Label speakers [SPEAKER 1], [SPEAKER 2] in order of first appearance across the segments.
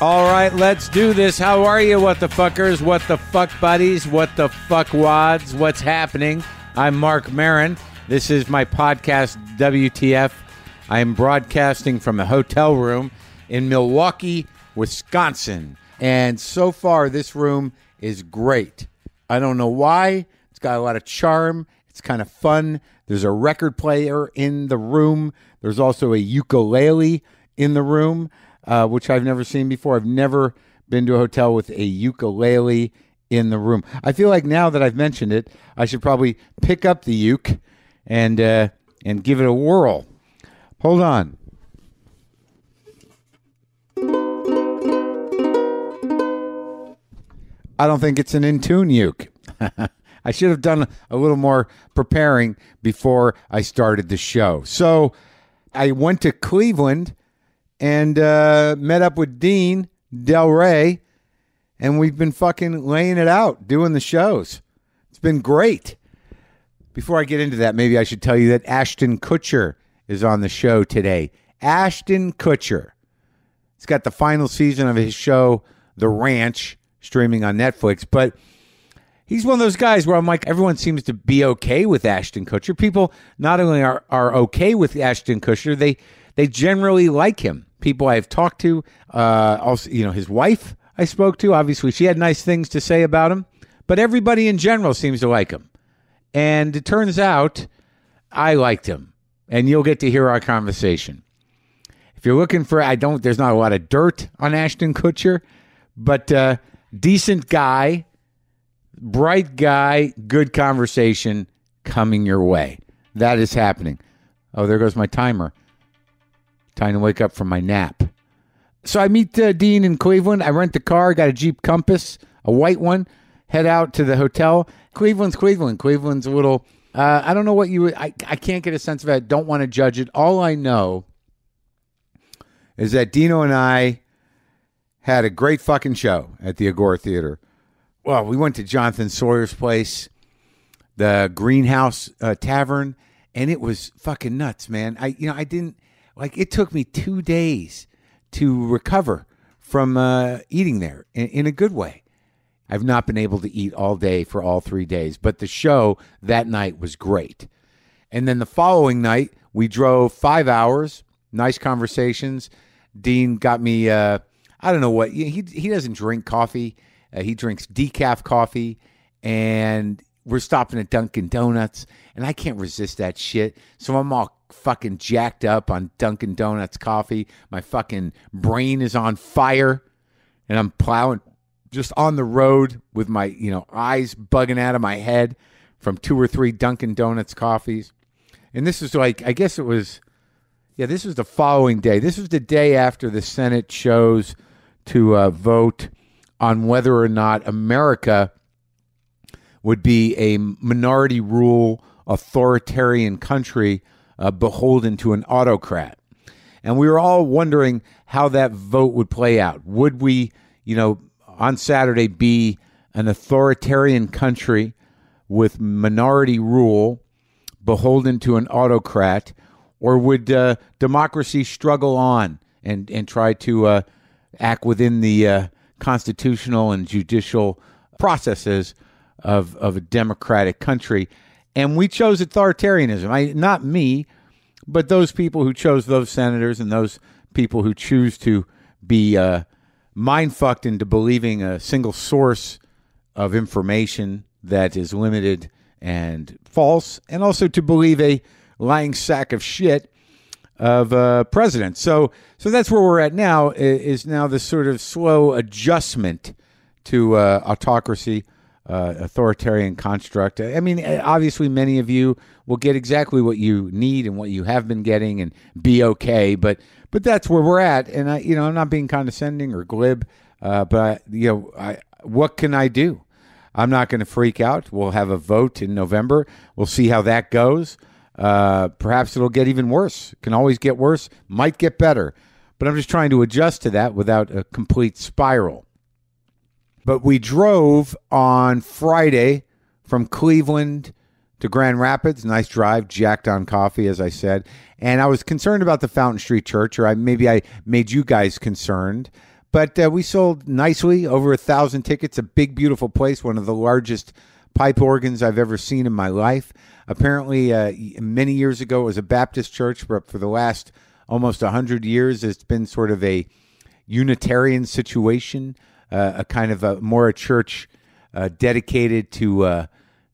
[SPEAKER 1] All right, let's do this. How are you, what the fuckers, what the fuck buddies, what the fuck wads, what's happening? I'm Mark Marin. This is my podcast, WTF. I'm broadcasting from a hotel room in Milwaukee, Wisconsin. And so far, this room is great. I don't know why. It's got a lot of charm. It's kind of fun. There's a record player in the room. There's also a ukulele in the room, uh, which I've never seen before. I've never been to a hotel with a ukulele in the room. I feel like now that I've mentioned it, I should probably pick up the uke and uh, and give it a whirl. Hold on. I don't think it's an in tune uke. I should have done a little more preparing before I started the show. So I went to Cleveland and uh, met up with Dean Del Rey, and we've been fucking laying it out, doing the shows. It's been great. Before I get into that, maybe I should tell you that Ashton Kutcher is on the show today. Ashton Kutcher. It's got the final season of his show, The Ranch, streaming on Netflix. But he's one of those guys where I'm like, everyone seems to be okay with Ashton Kutcher. People not only are, are okay with Ashton Kutcher, they they generally like him. People I have talked to, uh, also you know his wife I spoke to, obviously she had nice things to say about him, but everybody in general seems to like him. And it turns out I liked him, and you'll get to hear our conversation. If you're looking for, I don't. There's not a lot of dirt on Ashton Kutcher, but uh, decent guy bright guy, good conversation coming your way. That is happening. Oh, there goes my timer. Time to wake up from my nap. So I meet uh, Dean in Cleveland. I rent the car, got a Jeep Compass, a white one, head out to the hotel. Cleveland's Cleveland. Cleveland's a little, uh, I don't know what you would, I, I can't get a sense of it. Don't want to judge it. All I know is that Dino and I had a great fucking show at the Agora Theater well, we went to Jonathan Sawyer's place, the Greenhouse uh, Tavern, and it was fucking nuts, man. I, you know, I didn't like. It took me two days to recover from uh, eating there in, in a good way. I've not been able to eat all day for all three days, but the show that night was great. And then the following night, we drove five hours. Nice conversations. Dean got me. Uh, I don't know what he he doesn't drink coffee. Uh, he drinks decaf coffee, and we're stopping at Dunkin' Donuts, and I can't resist that shit. So I'm all fucking jacked up on Dunkin' Donuts coffee. My fucking brain is on fire, and I'm plowing just on the road with my you know eyes bugging out of my head from two or three Dunkin' Donuts coffees. And this is like I guess it was yeah, this was the following day. This was the day after the Senate chose to uh, vote on whether or not America would be a minority rule authoritarian country uh, beholden to an autocrat. And we were all wondering how that vote would play out. Would we, you know, on Saturday be an authoritarian country with minority rule beholden to an autocrat, or would uh, democracy struggle on and, and try to uh, act within the uh, constitutional and judicial processes of, of a democratic country? And we chose authoritarianism. I, not me, but those people who chose those senators and those people who choose to be uh, mind fucked into believing a single source of information that is limited and false, and also to believe a lying sack of shit of uh, president. So, so that's where we're at now. i- Is now this sort of slow adjustment to uh, autocracy, uh, authoritarian construct. I mean, eh, obviously, many of you will get exactly what you need and what you have been getting, and be okay. But, but that's where we're at. And I, you know, I'm not being condescending or glib, uh, but you know, I, what can I do? I'm not going to freak out. We'll have a vote in November. We'll see how that goes. Uh, perhaps it'll get even worse. Can always get worse. Might get better. But I'm just trying to adjust to that without a complete spiral. But we drove on Friday from Cleveland to Grand Rapids. Nice drive, jacked on coffee, as I said. And I was concerned about the Fountain Street Church, or I, maybe I made you guys concerned. But uh, we sold nicely over a thousand tickets. A big, beautiful place, one of the largest pipe organs I've ever seen in my life. Apparently, uh, many years ago, it was a Baptist church, but for the last almost 100 years, it's been sort of a Unitarian situation, uh, a kind of a, more a church uh, dedicated to uh,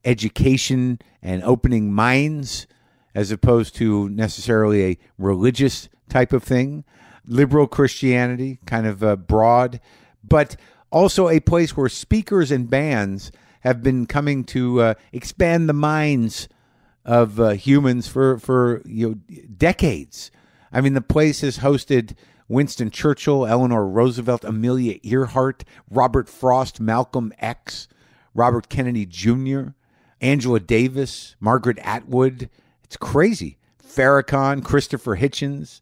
[SPEAKER 1] education and opening minds as opposed to necessarily a religious type of thing. Liberal Christianity, kind of uh, broad, but also a place where speakers and bands have been coming to uh, expand the minds of uh, humans for for you know decades. I mean, the place has hosted Winston Churchill, Eleanor Roosevelt, Amelia Earhart, Robert Frost, Malcolm X, Robert Kennedy Jr., Angela Davis, Margaret Atwood. It's crazy. Farrakhan, Christopher Hitchens,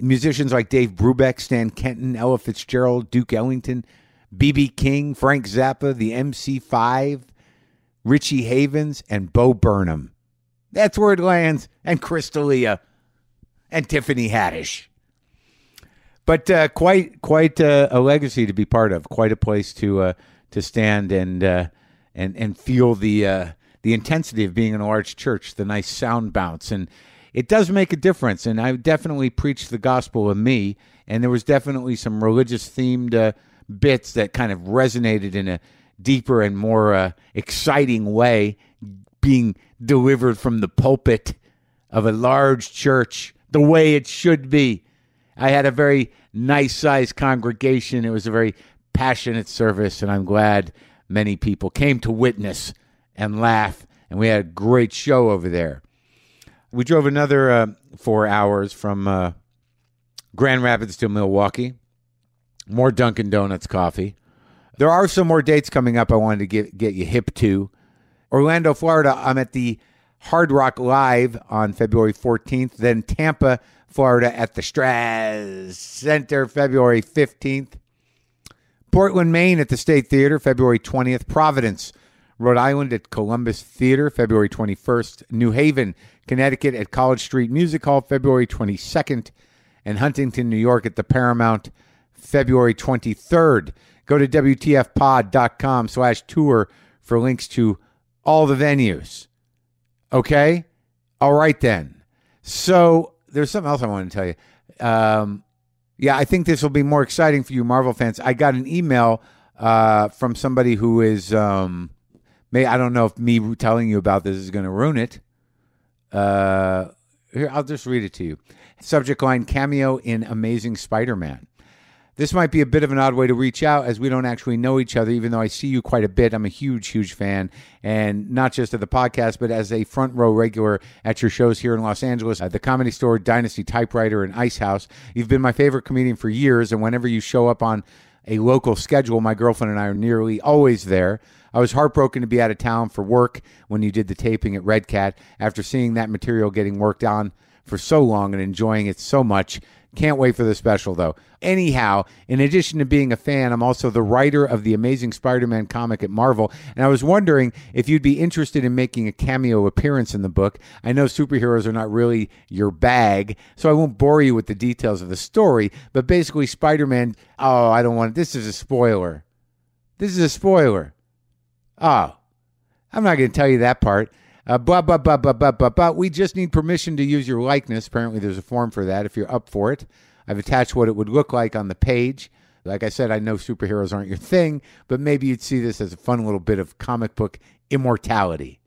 [SPEAKER 1] musicians like Dave Brubeck, Stan Kenton, Ella Fitzgerald, Duke Ellington, BB King, Frank Zappa, the MC5, Richie Havens, and Bo Burnham. That's where it lands. And Chris D'Elia and Tiffany Haddish. But uh, quite quite uh, a legacy to be part of. Quite a place to uh, to stand and uh, and and feel the uh, the intensity of being in a large church. The nice sound bounce and it does make a difference. And I definitely preached the gospel of me. And there was definitely some religious themed uh, bits that kind of resonated in a deeper and more uh, exciting way, being delivered from the pulpit of a large church the way it should be. I had a very nice sized congregation. It was a very passionate service, and I'm glad many people came to witness and laugh. And we had a great show over there. We drove another uh, four hours from uh, Grand Rapids to Milwaukee. More Dunkin' Donuts coffee. There are some more dates coming up I wanted to get, get you hip to. Orlando, Florida, I'm at the Hard Rock Live on February 14th, then Tampa, Florida at the Straz Center February 15th, Portland, Maine at the State Theater February 20th, Providence, Rhode Island at Columbus Theater February 21st, New Haven, Connecticut at College Street Music Hall February 22nd, and Huntington, New York at the Paramount February 23rd. Go to WTFpod.com slash tour for links to all the venues. Okay? All right then. So there's something else I want to tell you. Um, yeah, I think this will be more exciting for you Marvel fans. I got an email uh, from somebody who is um, may I don't know if me telling you about this is going to ruin it. Uh, here, I'll just read it to you. Subject line: Cameo in Amazing Spider-Man. This might be a bit of an odd way to reach out as we don't actually know each other, even though I see you quite a bit. I'm a huge, huge fan, and not just of the podcast, but as a front row regular at your shows here in Los Angeles at the Comedy Store, Dynasty Typewriter, and Ice House. You've been my favorite comedian for years, and whenever you show up on a local schedule, my girlfriend and I are nearly always there. I was heartbroken to be out of town for work when you did the taping at Red Cat after seeing that material getting worked on for so long and enjoying it so much. Can't wait for the special, though. Anyhow, in addition to being a fan, I'm also the writer of the Amazing Spider Man comic at Marvel, and I was wondering if you'd be interested in making a cameo appearance in the book. I know superheroes are not really your bag, so I won't bore you with the details of the story, but basically, Spider Man. Oh, I don't want This is a spoiler. This is a spoiler. Oh, I'm not going to tell you that part. Uh, blah, blah, blah, blah, blah, blah, blah. We just need permission to use your likeness. Apparently, there's a form for that if you're up for it. I've attached what it would look like on the page. Like I said, I know superheroes aren't your thing, but maybe you'd see this as a fun little bit of comic book immortality.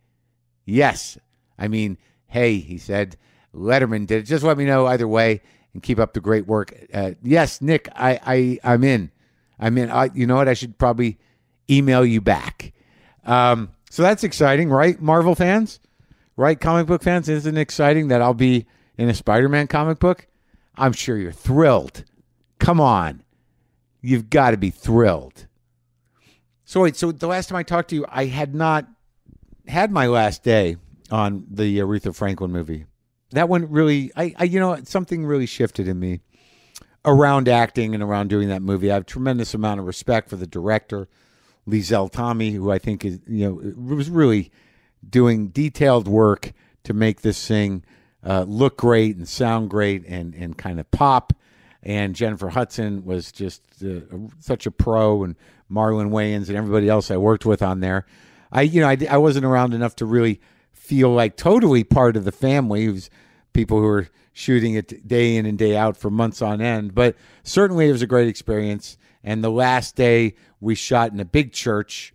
[SPEAKER 1] Yes. I mean, hey, he said, Letterman did it. Just let me know either way and keep up the great work. Uh, yes, Nick, I, I, I'm in. I'm in. I, you know what? I should probably email you back. Um, so that's exciting, right, Marvel fans? Right, comic book fans? Isn't it exciting that I'll be in a Spider Man comic book? I'm sure you're thrilled. Come on. You've got to be thrilled. So, wait, so the last time I talked to you, I had not had my last day on the Aretha Franklin movie. That one really, I, I you know, something really shifted in me around acting and around doing that movie. I have a tremendous amount of respect for the director. Lizel Tommy, who I think is you know was really doing detailed work to make this thing uh, look great and sound great and and kind of pop. and Jennifer Hudson was just uh, such a pro, and Marlon Wayans and everybody else I worked with on there. I, you know, I, I wasn't around enough to really feel like totally part of the family. It was people who were shooting it day in and day out for months on end, but certainly it was a great experience. And the last day we shot in a big church.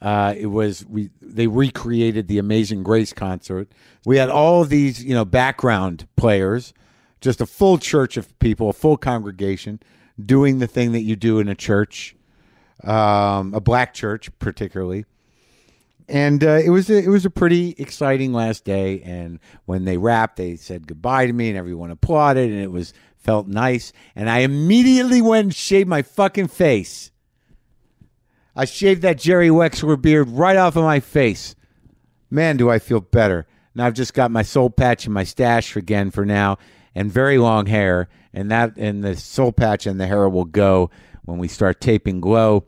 [SPEAKER 1] Uh, it was we they recreated the Amazing Grace concert. We had all these you know background players, just a full church of people, a full congregation doing the thing that you do in a church, um, a black church particularly. And uh, it was a, it was a pretty exciting last day. And when they wrapped, they said goodbye to me, and everyone applauded, and it was felt nice. And I immediately went and shaved my fucking face. I shaved that Jerry Wexler beard right off of my face. Man, do I feel better. Now I've just got my soul patch and my stash again for now and very long hair. And that and the soul patch and the hair will go when we start taping glow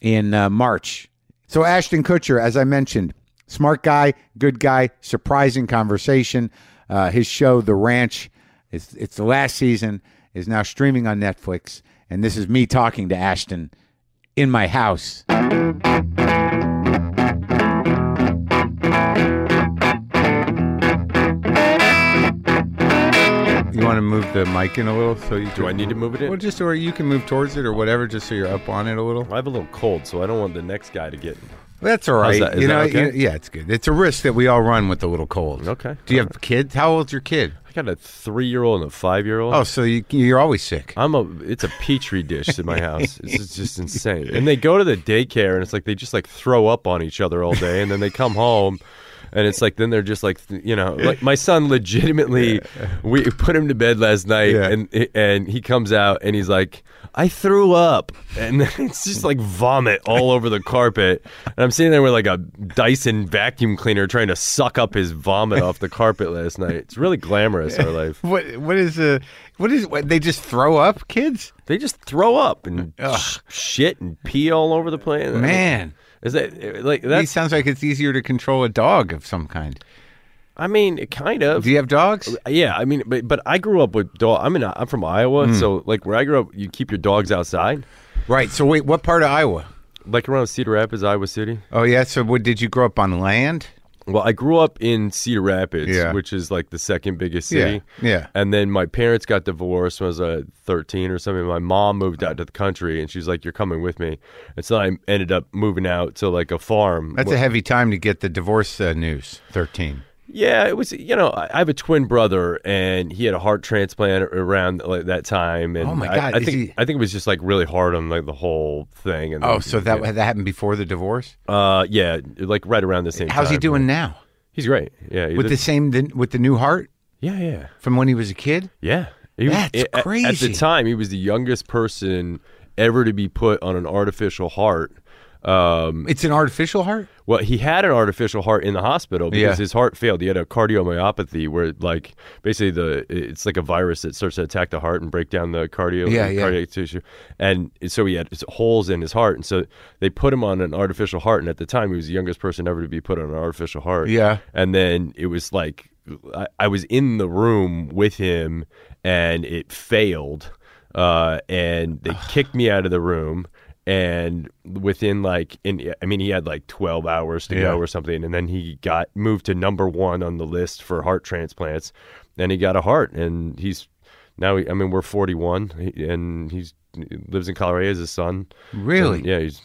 [SPEAKER 1] in uh, March. So Ashton Kutcher, as I mentioned, smart guy, good guy, surprising conversation. Uh, his show, The Ranch, it's, it's the last season, is now streaming on Netflix. And this is me talking to Ashton in my house. You want to move the mic in a little so you
[SPEAKER 2] Do I need to move it in?
[SPEAKER 1] Well, just or you can move towards it or whatever, just so you're up on it a little.
[SPEAKER 2] I have a little cold, so I don't want the next guy to get.
[SPEAKER 1] That's all right.
[SPEAKER 2] How's that? Is
[SPEAKER 1] you
[SPEAKER 2] that
[SPEAKER 1] know,
[SPEAKER 2] okay?
[SPEAKER 1] you- yeah, it's good. It's a risk that we all run with a little cold.
[SPEAKER 2] Okay.
[SPEAKER 1] Do you have kids? How old's your kid?
[SPEAKER 2] I got a three-year-old and a five-year-old.
[SPEAKER 1] Oh, so you, you're always sick.
[SPEAKER 2] I'm a. It's a petri dish in my house. This is just insane. And they go to the daycare, and it's like they just like throw up on each other all day, and then they come home. And it's like then they're just like you know like my son legitimately we put him to bed last night
[SPEAKER 1] Yeah.
[SPEAKER 2] and and he comes out and he's like I threw up and then it's just like vomit all over the carpet and I'm sitting there with like a Dyson vacuum cleaner trying to suck up his vomit off the carpet last night it's really glamorous our life
[SPEAKER 1] What what is uh what is what they just throw up kids?
[SPEAKER 2] They just throw up and sh- shit and pee all over the place.
[SPEAKER 1] Man,
[SPEAKER 2] is that eh, like
[SPEAKER 1] that
[SPEAKER 2] that's?
[SPEAKER 1] sounds like it's easier to control a dog of some kind.
[SPEAKER 2] I mean, it kind of.
[SPEAKER 1] Do you have dogs?
[SPEAKER 2] Yeah, I mean, but but I grew up with dog. I'm in. I'm from
[SPEAKER 1] Hmm.
[SPEAKER 2] Iowa, so like where I grew up, you keep your dogs outside,
[SPEAKER 1] Right. So wait, what part of Iowa?
[SPEAKER 2] like around Cedar Rapids, Iowa City.
[SPEAKER 1] Oh yeah. So what did you grow up on land?
[SPEAKER 2] Well, I grew up in Cedar Rapids,
[SPEAKER 1] Yeah.
[SPEAKER 2] which is like the second biggest city.
[SPEAKER 1] Yeah, yeah.
[SPEAKER 2] And then my parents got divorced when I was uh, 13 or something. My mom moved
[SPEAKER 1] Uh.
[SPEAKER 2] out to the country and she's like, You're coming with me. And so I ended up moving out to like a farm.
[SPEAKER 1] That's a heavy time to get the divorce uh, news. Thirteen.
[SPEAKER 2] Yeah, it was. You know, I I have a twin brother, and he had a heart transplant a- around like, that time. And
[SPEAKER 1] Oh, my
[SPEAKER 2] I-
[SPEAKER 1] God,
[SPEAKER 2] I,
[SPEAKER 1] is
[SPEAKER 2] think
[SPEAKER 1] he-
[SPEAKER 2] I think it was just like really hard on like the whole thing. And
[SPEAKER 1] Oh,
[SPEAKER 2] then-
[SPEAKER 1] so that that happened before the divorce.
[SPEAKER 2] uh, yeah, like right around the same.
[SPEAKER 1] How's he
[SPEAKER 2] time.
[SPEAKER 1] doing now?
[SPEAKER 2] He's great. Yeah, he
[SPEAKER 1] With
[SPEAKER 2] did-
[SPEAKER 1] the same the, with the new heart
[SPEAKER 2] Yeah, yeah,
[SPEAKER 1] from when he was a kid.
[SPEAKER 2] yeah. He was-
[SPEAKER 1] That's
[SPEAKER 2] a- a- At
[SPEAKER 1] crazy.
[SPEAKER 2] the time, he was the youngest person ever to be put on an artificial heart. Um,
[SPEAKER 1] It's an artificial heart.
[SPEAKER 2] Well, he had an artificial heart in the hospital
[SPEAKER 1] Yeah.
[SPEAKER 2] because his heart failed. He had a cardiomyopathy where, like, basically the it's like a virus that starts to attack the heart and break down the cardio
[SPEAKER 1] Yeah,
[SPEAKER 2] the
[SPEAKER 1] yeah.
[SPEAKER 2] cardiac tissue, and so he had holes in his heart, and so they put him on an artificial heart. And at the time, he was the youngest person ever to be put on an artificial heart.
[SPEAKER 1] Yeah.
[SPEAKER 2] and then it was like I, I was in the room with him, and it failed, uh, and they kicked me out of the room and within like in i mean he had like 12 hours to
[SPEAKER 1] Yeah.
[SPEAKER 2] go or something and then he got moved to number one on the list for heart transplants and he got a heart and he's now he, i mean we're 41 he- and he's lives in colorado as his son
[SPEAKER 1] Really?
[SPEAKER 2] And, yeah he's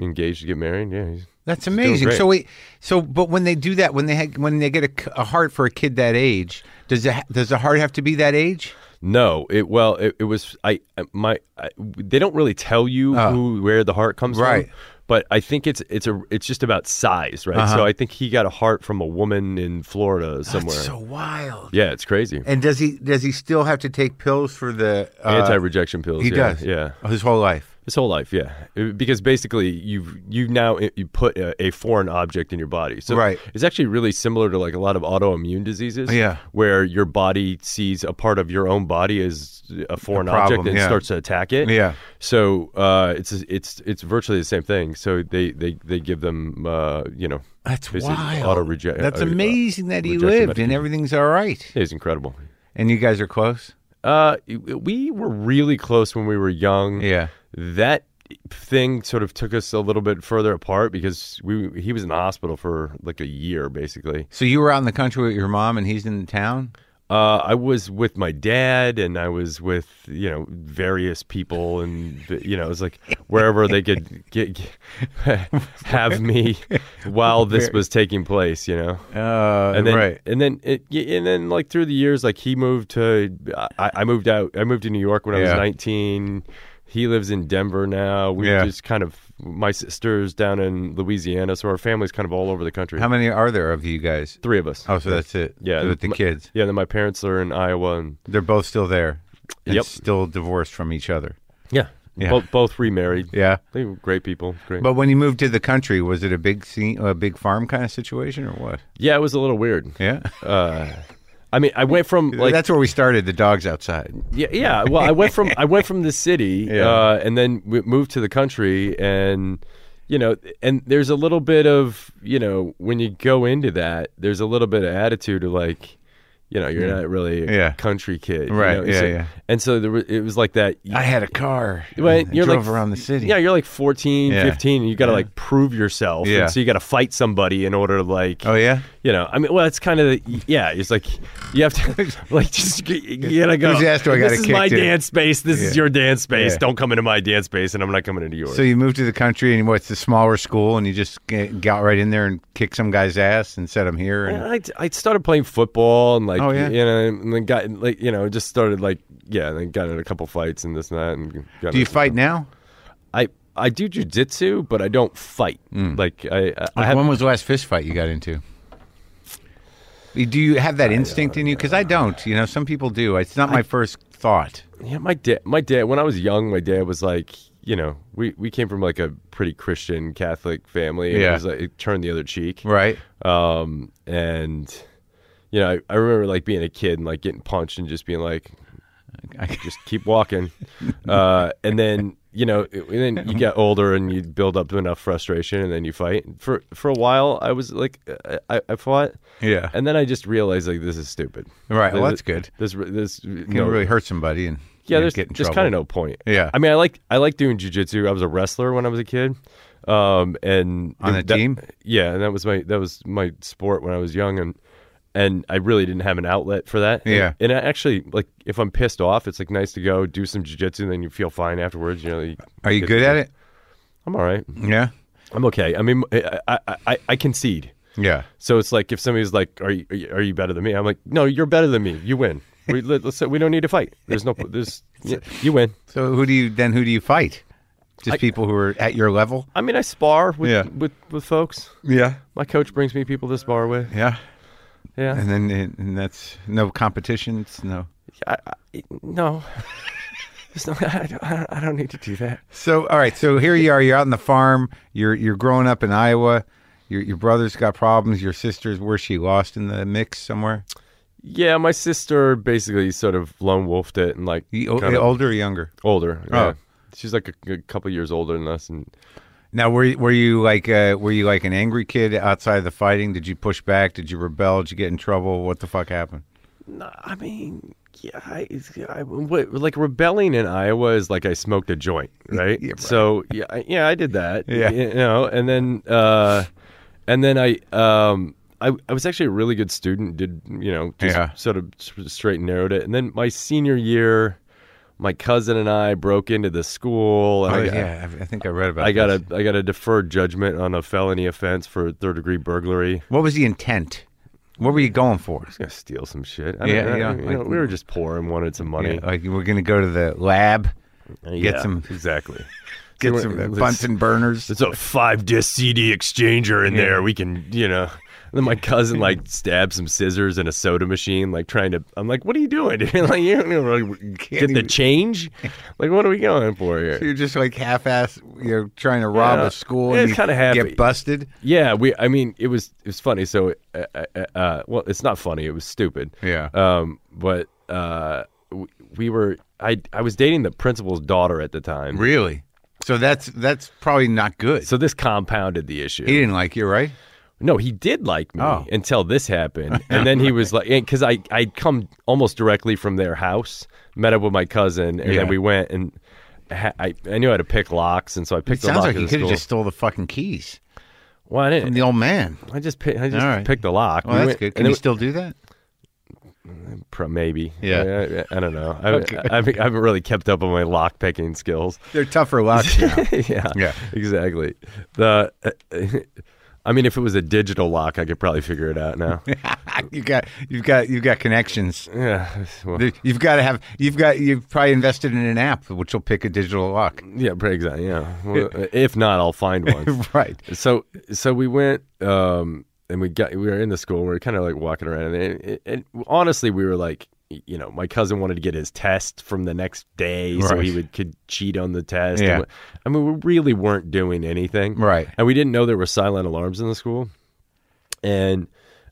[SPEAKER 2] engaged to get married yeah he's
[SPEAKER 1] That's amazing.
[SPEAKER 2] great.
[SPEAKER 1] So wait, so but when they do that, when they had, when they get a, c- a heart for a kid that age, does the, does the heart have to be that age?
[SPEAKER 2] No, it well, it, it was I my I, they don't really tell you who where the heart comes
[SPEAKER 1] Uh. Right.
[SPEAKER 2] from, but I think it's it's a it's just about size, right?
[SPEAKER 1] Uh-huh.
[SPEAKER 2] So I think he got a heart from a woman in Florida somewhere.
[SPEAKER 1] So wild.
[SPEAKER 2] yeah, it's crazy.
[SPEAKER 1] And does he does he still have to take pills for the uh,
[SPEAKER 2] Anti-rejection pills.
[SPEAKER 1] He
[SPEAKER 2] yeah,
[SPEAKER 1] does.
[SPEAKER 2] yeah,
[SPEAKER 1] His whole life.
[SPEAKER 2] his whole life, yeah, It- because basically you've you now uh, you put a, a foreign object in your body, so
[SPEAKER 1] Right.
[SPEAKER 2] It's actually really similar to like a lot of autoimmune diseases,
[SPEAKER 1] Yeah.
[SPEAKER 2] where your body sees a part of your own body as a foreign
[SPEAKER 1] problem,
[SPEAKER 2] object and
[SPEAKER 1] yeah.
[SPEAKER 2] starts to attack it,
[SPEAKER 1] Yeah.
[SPEAKER 2] So uh, it's it's it's virtually the same thing. So they they, they give them uh, you know
[SPEAKER 1] That's
[SPEAKER 2] basically uh,
[SPEAKER 1] wild.
[SPEAKER 2] auto reject.
[SPEAKER 1] That's amazing that he
[SPEAKER 2] oh, rejection
[SPEAKER 1] lived
[SPEAKER 2] medication.
[SPEAKER 1] and everything's all right.
[SPEAKER 2] It's incredible.
[SPEAKER 1] And you guys are close.
[SPEAKER 2] Uh, we were really close when we were young.
[SPEAKER 3] Yeah.
[SPEAKER 2] That thing sort of took us a little bit further apart because we he was in the hospital for like a year basically.
[SPEAKER 3] So you were out in the country with your mom, and he's in town.
[SPEAKER 2] Uh, I was with my dad, and I was with you know various people, and you know it was like wherever they could get, get have me while this was taking place, you know.
[SPEAKER 3] Uh,
[SPEAKER 2] And then,
[SPEAKER 3] right.
[SPEAKER 2] and then, it, y- and then, like through the years, like he moved to, I, I moved out, I moved to New York when I was
[SPEAKER 3] Yeah.
[SPEAKER 2] 19. He lives in Denver now. We
[SPEAKER 3] Yeah.
[SPEAKER 2] just kind of, my sister's down in Louisiana, so our family's kind of all over the country.
[SPEAKER 3] How many are there of you guys?
[SPEAKER 2] Three of us.
[SPEAKER 3] Oh, so that's it.
[SPEAKER 2] Yeah,
[SPEAKER 3] with the
[SPEAKER 2] my-
[SPEAKER 3] kids,
[SPEAKER 2] Yeah, then my parents are in Iowa, and
[SPEAKER 3] they're both still there. and
[SPEAKER 2] Yep.
[SPEAKER 3] still divorced from each other.
[SPEAKER 2] yeah,
[SPEAKER 3] Yeah.
[SPEAKER 2] Bo- both remarried.
[SPEAKER 3] Yeah.
[SPEAKER 2] They were great people. Great.
[SPEAKER 3] But when you moved to the country, was it a big scene, a big farm kind of situation, or what?
[SPEAKER 2] yeah, it was a little weird.
[SPEAKER 3] Yeah,
[SPEAKER 2] I mean, I went from like
[SPEAKER 3] that's where we started. The dogs outside.
[SPEAKER 2] Yeah, yeah. Well, I went from I went from the city,
[SPEAKER 3] Yeah.
[SPEAKER 2] uh, and then we moved to the country, and you know, and there's a little bit of you know when you go into that, there's a little bit of attitude of like, you know, you're not really a
[SPEAKER 3] Yeah.
[SPEAKER 2] country kid, you
[SPEAKER 3] Right,
[SPEAKER 2] know?
[SPEAKER 3] yeah,
[SPEAKER 2] So-
[SPEAKER 3] yeah.
[SPEAKER 2] And so there was, it was like that.
[SPEAKER 3] I had a car.
[SPEAKER 2] Right,
[SPEAKER 3] I
[SPEAKER 2] you're
[SPEAKER 3] drove
[SPEAKER 2] like-
[SPEAKER 3] around the city.
[SPEAKER 2] Yeah, you're like 14,
[SPEAKER 3] Yeah.
[SPEAKER 2] 15, and you got to like prove yourself.
[SPEAKER 3] Yeah.
[SPEAKER 2] And so you got to fight somebody in order to like,
[SPEAKER 3] Oh yeah.
[SPEAKER 2] you know, I mean, well, it's kind of, yeah, it's like you have to, like, just g- you gotta go.
[SPEAKER 3] Whose ass do I gotta
[SPEAKER 2] this is
[SPEAKER 3] kick
[SPEAKER 2] my
[SPEAKER 3] to?"
[SPEAKER 2] dance space. This is
[SPEAKER 3] Yeah.
[SPEAKER 2] your dance space.
[SPEAKER 3] Yeah.
[SPEAKER 2] Don't come into my dance space, and I'm not coming into yours.
[SPEAKER 3] So you moved to the country, and what's the smaller school, and you just g- got right in there and kicked some guy's ass and set him here. And
[SPEAKER 2] And I, I started playing football and like
[SPEAKER 3] Oh, yeah?
[SPEAKER 2] you know and then got like you know just started like yeah and then got in a couple fights and this and that and got
[SPEAKER 3] do
[SPEAKER 2] in-
[SPEAKER 3] you fight now?
[SPEAKER 2] I I do jujitsu but I don't fight
[SPEAKER 3] Mm.
[SPEAKER 2] like I I, I
[SPEAKER 3] Like,
[SPEAKER 2] have
[SPEAKER 3] when was the last fist fight you got into? Do you have that instinct in you? Because I don't. You know, some people do. It's not my first thought.
[SPEAKER 2] Yeah, my dad. My dad. When I was young, my dad was like, you know, we we came from like a pretty Christian Catholic family. And
[SPEAKER 3] Yeah.
[SPEAKER 2] it was like it turned the other cheek.
[SPEAKER 3] Right.
[SPEAKER 2] Um, and you know, I, I remember like being a kid and like getting punched and just being like, just keep walking. Uh, and then you know, it- and then you get older and you build up to enough frustration and then you fight. For for a while, I was like, I- I, I fought.
[SPEAKER 3] Yeah.
[SPEAKER 2] And then I just realized like this is stupid.
[SPEAKER 3] Right, well,
[SPEAKER 2] This-
[SPEAKER 3] that's good.
[SPEAKER 2] This this you
[SPEAKER 3] Can really hurt somebody and you
[SPEAKER 2] yeah,
[SPEAKER 3] know,
[SPEAKER 2] there's
[SPEAKER 3] get in
[SPEAKER 2] there's
[SPEAKER 3] trouble.
[SPEAKER 2] kind of no point.
[SPEAKER 3] Yeah.
[SPEAKER 2] I mean, I like I like doing jujitsu. I was a wrestler when I was a kid, um, and
[SPEAKER 3] On a
[SPEAKER 2] that-
[SPEAKER 3] team?
[SPEAKER 2] Yeah, and that was my that was my sport when I was young, and and I really didn't have an outlet for that. And-
[SPEAKER 3] Yeah.
[SPEAKER 2] and, I actually like if I'm pissed off, it's like nice to go do some jujitsu, and then you feel fine afterwards. You know, you-
[SPEAKER 3] Are you good at it?
[SPEAKER 2] I'm all right.
[SPEAKER 3] Yeah.
[SPEAKER 2] I'm okay. I mean, I I, I, I concede.
[SPEAKER 3] Yeah.
[SPEAKER 2] So it's like if somebody's like, "Are you are you, are you better than me?" I'm like, "No, you're better than me. You win. We let, us we don't need to fight. There's no there's you- you win."
[SPEAKER 3] So who do you then? Who do you fight? Just people who are at your level.
[SPEAKER 2] I mean, I spar with
[SPEAKER 3] Yeah.
[SPEAKER 2] with, with folks.
[SPEAKER 3] Yeah.
[SPEAKER 2] My coach brings me people to spar with.
[SPEAKER 3] Yeah.
[SPEAKER 2] Yeah.
[SPEAKER 3] And then and that's no competitions. No.
[SPEAKER 2] I, I, no. There's no, I, don't, I don't- I don't need to do that.
[SPEAKER 3] So all right. So here you are. You're out on the farm. You're you're growing up in Iowa. Your your brother's got problems. Your sister's where she lost in the mix somewhere.
[SPEAKER 2] Yeah, my sister basically sort of lone wolfed it and like
[SPEAKER 3] You, o-
[SPEAKER 2] kind of
[SPEAKER 3] older or younger?
[SPEAKER 2] older. yeah.
[SPEAKER 3] Oh.
[SPEAKER 2] She's like a, a couple years older than us, and
[SPEAKER 3] Now were you- were you like uh, were you like an angry kid outside of the fighting? Did you push back? Did you rebel? Did you get in trouble? What the fuck happened?
[SPEAKER 2] No, I mean, yeah, I, I what, like rebelling in Iowa is like I smoked a joint, right?
[SPEAKER 3] Yeah, right.
[SPEAKER 2] So yeah, I, yeah, I did that.
[SPEAKER 3] Yeah.
[SPEAKER 2] you know, and then uh, and then I um. I, I was actually a really good student. Did you know? Just
[SPEAKER 3] Yeah.
[SPEAKER 2] Sort of s- straight and narrowed it. And then my senior year, my cousin and I broke into the school. And
[SPEAKER 3] Oh,
[SPEAKER 2] I, got-
[SPEAKER 3] yeah, I, I think I read about.
[SPEAKER 2] I got
[SPEAKER 3] this.
[SPEAKER 2] a I got a deferred judgment on a felony offense for third degree burglary.
[SPEAKER 3] What was the intent? What were you going for?
[SPEAKER 2] gonna steal some shit. I
[SPEAKER 3] Yeah,
[SPEAKER 2] don't- I-
[SPEAKER 3] yeah,
[SPEAKER 2] you know,
[SPEAKER 3] like-
[SPEAKER 2] we were just poor and wanted some money.
[SPEAKER 3] Yeah, like we're gonna go to the lab, get
[SPEAKER 2] Yeah,
[SPEAKER 3] some-
[SPEAKER 2] exactly.
[SPEAKER 3] get
[SPEAKER 2] we're-
[SPEAKER 3] some
[SPEAKER 2] let's-
[SPEAKER 3] Bunsen burners.
[SPEAKER 2] There's a five disc CD exchanger in there. We can, you know. And then my cousin like stabbed some scissors in a soda machine, like trying to. I'm like, what are you doing? like you don't like, get the
[SPEAKER 3] even-
[SPEAKER 2] change. Like what are we going for here?
[SPEAKER 3] You're just like half-ass. You're trying to rob
[SPEAKER 2] Yeah.
[SPEAKER 3] a school
[SPEAKER 2] Yeah,
[SPEAKER 3] and
[SPEAKER 2] it's kinda
[SPEAKER 3] you
[SPEAKER 2] happy.
[SPEAKER 3] get busted.
[SPEAKER 2] Yeah, we. I mean, it was it was funny. So, uh, uh, uh, well, it's not funny. It was stupid.
[SPEAKER 3] Yeah.
[SPEAKER 2] Um, but uh, we, we were. I I was dating the principal's daughter at the time.
[SPEAKER 3] Really? So that's that's probably not good.
[SPEAKER 2] So this compounded the issue.
[SPEAKER 3] he didn't like you, right?
[SPEAKER 2] No, he did like me
[SPEAKER 3] Oh.
[SPEAKER 2] until this happened, and then he was like, because I I'd come almost directly from their house, met up with my cousin, and
[SPEAKER 3] Yeah.
[SPEAKER 2] then we went and ha- I I knew how to pick locks, and so I picked the
[SPEAKER 3] sounds
[SPEAKER 2] lock.
[SPEAKER 3] like
[SPEAKER 2] of
[SPEAKER 3] you
[SPEAKER 2] the
[SPEAKER 3] could have
[SPEAKER 2] school.
[SPEAKER 3] just stole the fucking keys
[SPEAKER 2] Well, I
[SPEAKER 3] from
[SPEAKER 2] didn't.
[SPEAKER 3] the old man.
[SPEAKER 2] I just pick, I just
[SPEAKER 3] All right.
[SPEAKER 2] picked the lock.
[SPEAKER 3] Oh,
[SPEAKER 2] We
[SPEAKER 3] that's
[SPEAKER 2] went-
[SPEAKER 3] good.
[SPEAKER 2] and
[SPEAKER 3] Can
[SPEAKER 2] it
[SPEAKER 3] you
[SPEAKER 2] was-
[SPEAKER 3] still do that?
[SPEAKER 2] pro- maybe.
[SPEAKER 3] Yeah.
[SPEAKER 2] I, I- I don't know. I, I, I haven't really kept up on my lock picking skills.
[SPEAKER 3] They're tougher locks now.
[SPEAKER 2] yeah.
[SPEAKER 3] Yeah.
[SPEAKER 2] Exactly. The. I mean, if it was a digital lock, I could probably figure it out now.
[SPEAKER 3] you got, you've got, you've got connections.
[SPEAKER 2] yeah. Well,
[SPEAKER 3] There- You've got to have. You've got. You've probably invested in an app which will pick a digital lock.
[SPEAKER 2] Yeah, pretty exactly. Yeah. Well, uh, if not, I'll find one.
[SPEAKER 3] Right.
[SPEAKER 2] so, so we went, um, and we got, we were in the school. and We were kind of like walking around, and, and, and honestly, we were like, you know, my cousin wanted to get his test from the next day, so
[SPEAKER 3] Right.
[SPEAKER 2] he would could cheat on the test.
[SPEAKER 3] Yeah.
[SPEAKER 2] I mean, we really weren't doing anything,
[SPEAKER 3] Right.
[SPEAKER 2] And we didn't know there were silent alarms in the school. And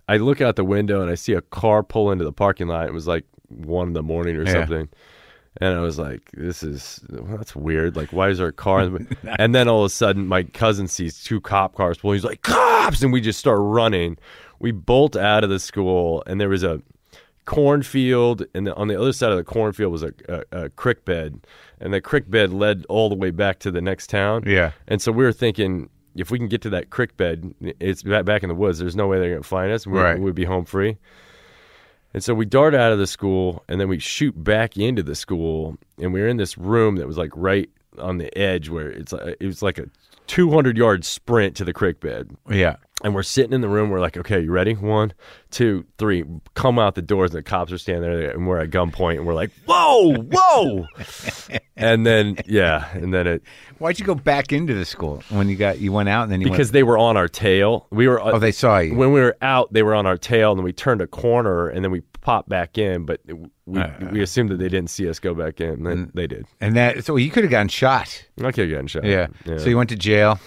[SPEAKER 2] I look out the window and I see a car pull into the parking lot. It was like one in the morning or
[SPEAKER 3] Yeah.
[SPEAKER 2] something. And I was like, this is, well, that's weird. Like, why is there a car? in the-" and then all of a sudden, my cousin sees two cop cars pulling. He's like, cops! And we just start running. We bolt out of the school, and there was a cornfield. And on the other side of the cornfield was a, a, a creek bed. And the creek bed led all the way back to the next town.
[SPEAKER 3] Yeah.
[SPEAKER 2] And so we were thinking, if we can get to that creek bed, it's ba- back in the woods. There's no way they're going to find us. We,
[SPEAKER 3] Right.
[SPEAKER 2] We'd be home free. And so we dart out of the school and then we shoot back into the school. And we were in this room that was like right on the edge where it's like, it was like a 200 yard sprint to the creek bed.
[SPEAKER 3] Yeah.
[SPEAKER 2] And we're sitting in the room. We're like, okay, you ready? One, two, three. Come out the doors, and the cops are standing there, and we're at gunpoint, and we're like, whoa, whoa. and then, yeah, and then it,
[SPEAKER 3] Why'd you go back into the school when you got you went out and then you
[SPEAKER 2] because they were on our tail. We were uh,
[SPEAKER 3] went? Oh, they saw you.
[SPEAKER 2] when we were out, they were on our tail, and then we turned a corner, and then we popped back in. But we, we assumed that they didn't see us go back in. Then
[SPEAKER 3] Mm.
[SPEAKER 2] they did.
[SPEAKER 3] And that so you could have gotten shot.
[SPEAKER 2] Okay, getting shot.
[SPEAKER 3] Yeah.
[SPEAKER 2] yeah.
[SPEAKER 3] So you went to jail.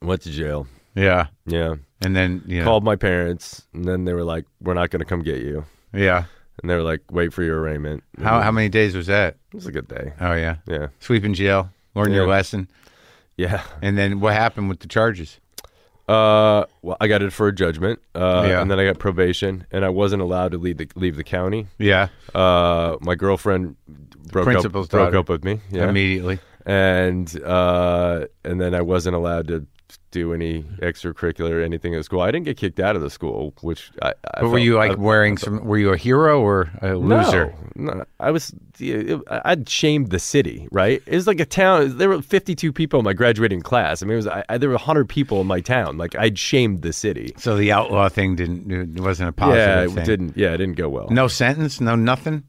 [SPEAKER 2] went to jail.
[SPEAKER 3] Yeah.
[SPEAKER 2] Yeah.
[SPEAKER 3] And then you know,
[SPEAKER 2] called my parents, and then they were like, "We're not going to come get you,"
[SPEAKER 3] Yeah.
[SPEAKER 2] and they were like, "Wait for your arraignment."
[SPEAKER 3] How how many days was that?
[SPEAKER 2] It was a good day.
[SPEAKER 3] Oh yeah.
[SPEAKER 2] Yeah,
[SPEAKER 3] Sweeping jail. Learn your
[SPEAKER 2] Yeah.
[SPEAKER 3] lesson.
[SPEAKER 2] yeah.
[SPEAKER 3] And then what happened with the charges?
[SPEAKER 2] Uh, well, I got a deferred judgment, uh,
[SPEAKER 3] Yeah.
[SPEAKER 2] and then I got probation, and I wasn't allowed to leave the leave the county.
[SPEAKER 3] Yeah.
[SPEAKER 2] Uh, my girlfriend broke up
[SPEAKER 3] principal's
[SPEAKER 2] broke
[SPEAKER 3] daughter.
[SPEAKER 2] up with me. Yeah.
[SPEAKER 3] Immediately.
[SPEAKER 2] and uh, and then I wasn't allowed to do any extracurricular or anything at school. I didn't get kicked out of the school, which I. I
[SPEAKER 3] But were
[SPEAKER 2] felt-
[SPEAKER 3] you like
[SPEAKER 2] I-
[SPEAKER 3] wearing some? Were you a hero or a
[SPEAKER 2] no,
[SPEAKER 3] loser?
[SPEAKER 2] No, I was. I- I'd shamed the city, right? It was like a town. There were fifty-two people in my graduating class. I mean, it was. I, I- there were hundred people in my town. Like I'd shamed the city.
[SPEAKER 3] So the outlaw thing didn't. It wasn't a positive
[SPEAKER 2] yeah,
[SPEAKER 3] thing.
[SPEAKER 2] it didn't. Yeah, it didn't go well.
[SPEAKER 3] No sentence. No nothing.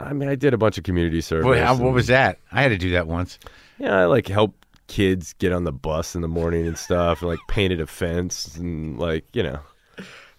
[SPEAKER 2] I mean, I did a bunch of community service.
[SPEAKER 3] What, how, what
[SPEAKER 2] and-
[SPEAKER 3] was that? I had to do that once.
[SPEAKER 2] Yeah, I like helped kids get on the bus in the morning and stuff, and like painted a fence and like you know.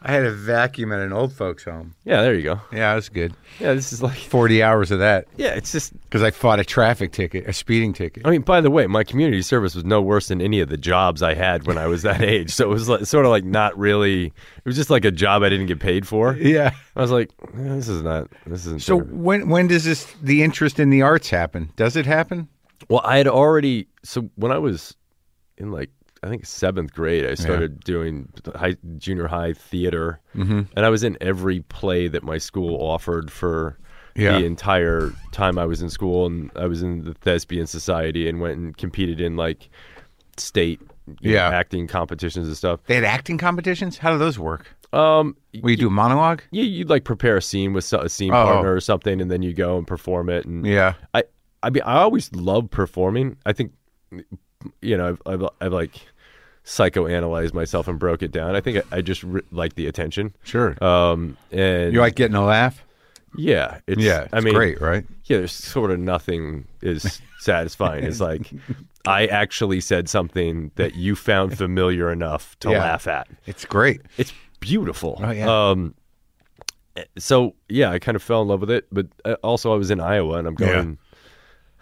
[SPEAKER 3] I had a vacuum at an old folks' home.
[SPEAKER 2] Yeah, there you go.
[SPEAKER 3] Yeah, it was good.
[SPEAKER 2] Yeah, this is like
[SPEAKER 3] Forty hours of that
[SPEAKER 2] yeah, it's just
[SPEAKER 3] because I fought a traffic ticket, a speeding ticket.
[SPEAKER 2] I mean, by the way, my community service was no worse than any of the jobs I had when I was that age. So it was like, sort of like not really it was just like a job I didn't get paid for.
[SPEAKER 3] Yeah.
[SPEAKER 2] I was like, eh, this is not this isn't
[SPEAKER 3] So
[SPEAKER 2] therapy.
[SPEAKER 3] when when does this the interest in the arts happen? Does it happen?
[SPEAKER 2] well, I had already so when I was in like I think seventh grade, I started doing high, junior high theater,
[SPEAKER 3] Mm-hmm.
[SPEAKER 2] and I was in every play that my school offered for
[SPEAKER 3] Yeah.
[SPEAKER 2] the entire time I was in school, and I was in the thespian society and went and competed in like state you know,
[SPEAKER 3] Yeah.
[SPEAKER 2] acting competitions and stuff.
[SPEAKER 3] They had acting competitions. How do those work?
[SPEAKER 2] Um, y-
[SPEAKER 3] Will you do a monologue?
[SPEAKER 2] yeah, you'd like prepare a scene with so- a scene
[SPEAKER 3] Oh.
[SPEAKER 2] partner or something, and then you go and perform it. And
[SPEAKER 3] Yeah.
[SPEAKER 2] I, I mean, I always love performing. I think, you know, I've, I've, I've like psychoanalyzed myself and broke it down. I think I, I just re- like the attention.
[SPEAKER 3] Sure.
[SPEAKER 2] Um, and
[SPEAKER 3] you like getting a laugh?
[SPEAKER 2] yeah, it's, I
[SPEAKER 3] it's
[SPEAKER 2] mean,
[SPEAKER 3] great, right?
[SPEAKER 2] yeah, there's sort of nothing is satisfying. It's like I actually said something that you found familiar enough to
[SPEAKER 3] Yeah.
[SPEAKER 2] laugh at.
[SPEAKER 3] It's great.
[SPEAKER 2] It's beautiful.
[SPEAKER 3] Oh, yeah.
[SPEAKER 2] Um, eh, so yeah, I kind of fell in love with it, but uh, also I was in Iowa, and I'm
[SPEAKER 3] Yeah.
[SPEAKER 2] going.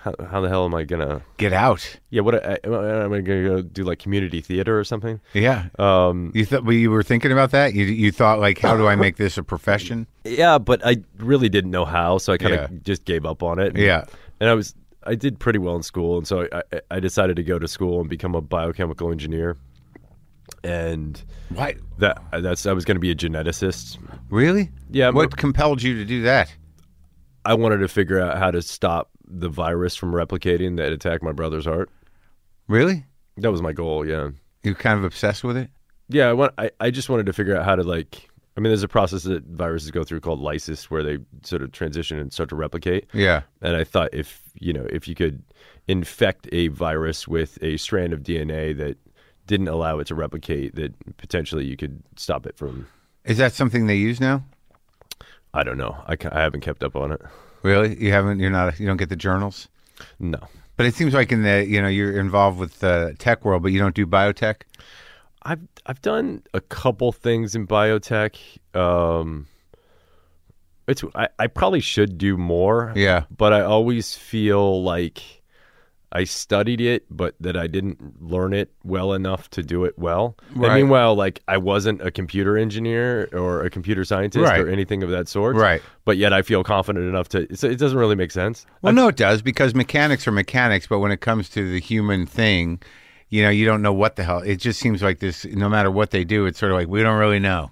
[SPEAKER 2] How, how the hell am I gonna?
[SPEAKER 3] Get out.
[SPEAKER 2] Yeah, what I, am I am I gonna go do like community theater or something?
[SPEAKER 3] Yeah. Um, you thought well, you were thinking about that? You you thought like, how do I make this a profession?
[SPEAKER 2] Yeah, but I really didn't know how, so I kind of
[SPEAKER 3] Yeah.
[SPEAKER 2] just gave up on it.
[SPEAKER 3] Yeah.
[SPEAKER 2] and I was I did pretty well in school, and so I, I, I decided to go to school and become a biochemical engineer. and
[SPEAKER 1] Why?
[SPEAKER 2] that that's I was going to be a geneticist.
[SPEAKER 3] Really?
[SPEAKER 2] Yeah,
[SPEAKER 3] What compelled you to do that?
[SPEAKER 2] I wanted to figure out how to stop the virus from replicating that attacked my brother's heart.
[SPEAKER 3] Really?
[SPEAKER 2] That was my goal. Yeah,
[SPEAKER 3] You're kind of obsessed with it?
[SPEAKER 2] yeah. I want. I, I just wanted to figure out how to like. I mean, there's a process that viruses go through called lysis, where they sort of transition and start to replicate.
[SPEAKER 3] Yeah.
[SPEAKER 2] And I thought if you know if you could infect a virus with a strand of DNA that didn't allow it to replicate, that potentially you could stop it from.
[SPEAKER 3] Is that something they use now?
[SPEAKER 2] I don't know. I, ca- I haven't kept up on it.
[SPEAKER 3] Really? You haven't? You're not? You don't get the journals?
[SPEAKER 2] No.
[SPEAKER 3] But it seems like in the you know you're involved with the tech world, but you don't do biotech.
[SPEAKER 2] I've I've done a couple things in biotech. Um, it's I, I probably should do more.
[SPEAKER 3] Yeah.
[SPEAKER 2] But I always feel like I studied it, but that I didn't learn it well enough to do it well. And
[SPEAKER 3] Right.
[SPEAKER 2] meanwhile, like I wasn't a computer engineer or a computer scientist
[SPEAKER 3] Right.
[SPEAKER 2] or anything of that sort.
[SPEAKER 3] Right.
[SPEAKER 2] But yet I feel confident enough to. So it doesn't really make sense.
[SPEAKER 3] Well, no, it does because mechanics are mechanics, but when it comes to the human thing, you know, you don't know what the hell. It just seems like this. No matter what they do, it's sort of like we don't really know.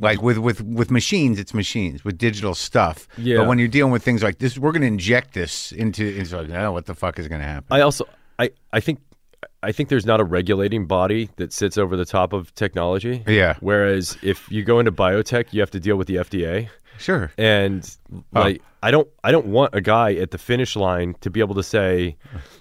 [SPEAKER 3] Like with with with machines, it's machines. With digital stuff,
[SPEAKER 2] Yeah.
[SPEAKER 3] But when you're dealing with things like this, we're going to inject this into. It's like, oh, what the fuck is going to happen?
[SPEAKER 2] I also I I think I think there's not a regulating body that sits over the top of technology.
[SPEAKER 3] Yeah.
[SPEAKER 2] Whereas if you go into biotech, you have to deal with the FDA.
[SPEAKER 3] Sure.
[SPEAKER 2] And like I don't I don't want a guy at the finish line to be able to say,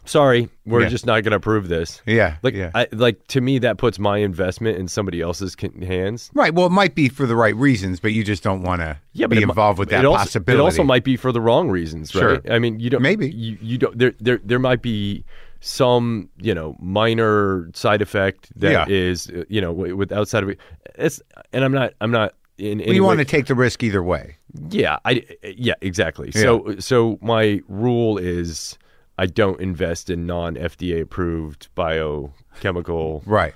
[SPEAKER 2] "Sorry, we're
[SPEAKER 3] Yeah.
[SPEAKER 2] just not going to approve this."
[SPEAKER 3] Yeah.
[SPEAKER 2] Like
[SPEAKER 3] yeah.
[SPEAKER 2] I, like to me that puts my investment in somebody else's can- hands.
[SPEAKER 3] right. Well, it might be for the right reasons, but you just don't want to be
[SPEAKER 2] it mi-
[SPEAKER 3] involved with that
[SPEAKER 2] it also,
[SPEAKER 3] possibility.
[SPEAKER 2] It also might be for the wrong reasons,
[SPEAKER 3] Sure.
[SPEAKER 2] right? I mean, you don't
[SPEAKER 3] Maybe.
[SPEAKER 2] you, you don't there there there might be some you know minor side effect that
[SPEAKER 3] Yeah.
[SPEAKER 2] is uh, you know wi- with outside of it. It's and I'm not I'm not in any
[SPEAKER 3] Well, you
[SPEAKER 2] way-
[SPEAKER 3] want to take the risk either way.
[SPEAKER 2] yeah I eh, yeah exactly. So so my rule is I don't invest in non FDA approved biochemical
[SPEAKER 3] Right.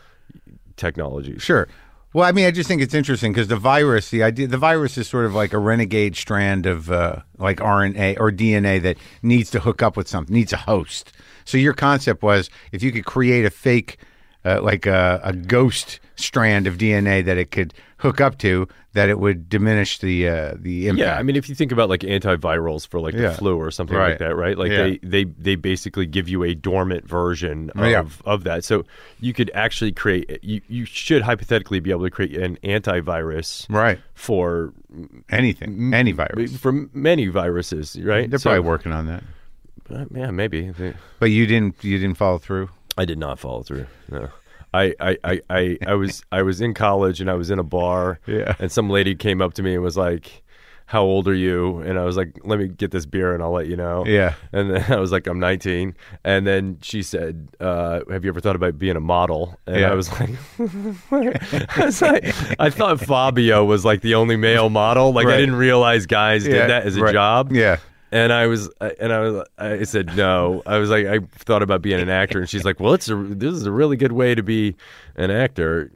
[SPEAKER 2] technologies.
[SPEAKER 3] Sure. Well, I mean, I just think it's interesting because the virus, the idea, the virus is sort of like a renegade strand of uh, like RNA or DNA that needs to hook up with something, needs a host. So your concept was if you could create a fake, uh, like a, a ghost strand of DNA that it could hook up to, that it would diminish the uh, the impact.
[SPEAKER 2] Yeah, I mean, if you think about like antivirals for like
[SPEAKER 3] Yeah.
[SPEAKER 2] the flu or something
[SPEAKER 3] Right.
[SPEAKER 2] like that, right? Like
[SPEAKER 3] Yeah.
[SPEAKER 2] they, they they basically give you a dormant version of,
[SPEAKER 3] Oh, Yeah.
[SPEAKER 2] of that. So you could actually create eh, you you should hypothetically be able to create an antivirus
[SPEAKER 3] right.
[SPEAKER 2] for
[SPEAKER 3] Anything, any virus.
[SPEAKER 2] for many viruses, right?
[SPEAKER 3] They're
[SPEAKER 2] So-
[SPEAKER 3] probably working on that,
[SPEAKER 2] uh, yeah, maybe. They-
[SPEAKER 3] but you didn't. You didn't follow through.
[SPEAKER 2] I did not follow through. No. I, I, I, I, I was I was in college and I was in a bar
[SPEAKER 3] Yeah.
[SPEAKER 2] and some lady came up to me and was like, How old are you? And I was like, Let me get this beer and I'll let you know.
[SPEAKER 3] Yeah.
[SPEAKER 2] And then I was like, I'm nineteen. And then she said, uh, have you ever thought about being a model? And
[SPEAKER 3] Yeah.
[SPEAKER 2] I was like I was like I thought Fabio was like the only male model. Like
[SPEAKER 3] Right.
[SPEAKER 2] I didn't realize guys did that as a
[SPEAKER 3] right.
[SPEAKER 2] job.
[SPEAKER 3] Yeah.
[SPEAKER 2] And I was, I- and I was, I said no. I was like, I thought about being an actor, and she's like, well, it's a, this is a really good way to be an actor.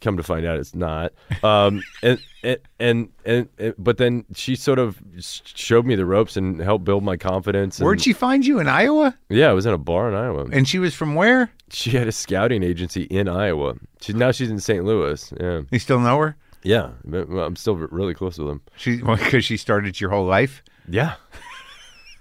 [SPEAKER 2] Come to find out, it's not. Um, and, and and and and- but then she sort of s- showed me the ropes and helped build my confidence. and-
[SPEAKER 3] Where'd she find you in Iowa?
[SPEAKER 2] Yeah, I was in a bar in Iowa.
[SPEAKER 3] And she was from where?
[SPEAKER 2] She had a scouting agency in Iowa. She now she's in St. Louis. Yeah,
[SPEAKER 3] You still know her?
[SPEAKER 2] yeah. But- well, I'm still really close with them.
[SPEAKER 3] She because she started your whole life,
[SPEAKER 2] Yeah,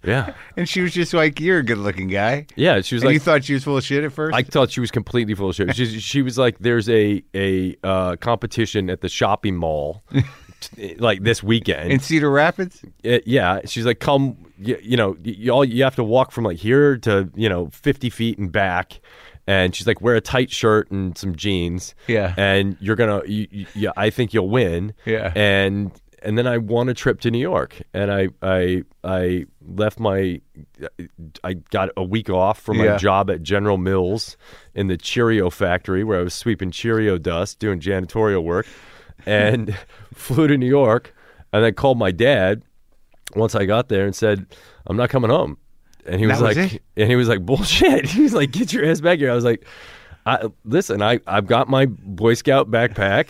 [SPEAKER 2] yeah,
[SPEAKER 3] and she was just like, "You're a good-looking guy,"
[SPEAKER 2] yeah. She was
[SPEAKER 3] and
[SPEAKER 2] like,
[SPEAKER 3] you thought she was full of shit at first.
[SPEAKER 2] I thought she was completely full of shit. She, she was like, "There's a a uh, competition at the shopping mall, t- like this weekend."
[SPEAKER 3] in Cedar Rapids,
[SPEAKER 2] Uh, yeah, she's like, "Come, you, you know, y- you all you have to walk from like here to you know 50 feet and back." And she's like, "Wear a tight shirt and some jeans."
[SPEAKER 3] Yeah.
[SPEAKER 2] and you're gonna, you, you, yeah, I think you'll win.
[SPEAKER 3] Yeah.
[SPEAKER 2] and and then I won a trip to New York, and I I I left my I got a week off from my
[SPEAKER 3] Yeah.
[SPEAKER 2] job at General Mills in the Cheerio factory where I was sweeping Cheerio dust, doing janitorial work, and flew to New York, and then called my dad once I got there and said, "I'm not coming home," and he was
[SPEAKER 3] That was
[SPEAKER 2] like,
[SPEAKER 3] it?
[SPEAKER 2] and he was like, "Bullshit!" He was like, "Get your ass back here." I was like, I, "Listen, I I've got my Boy Scout backpack."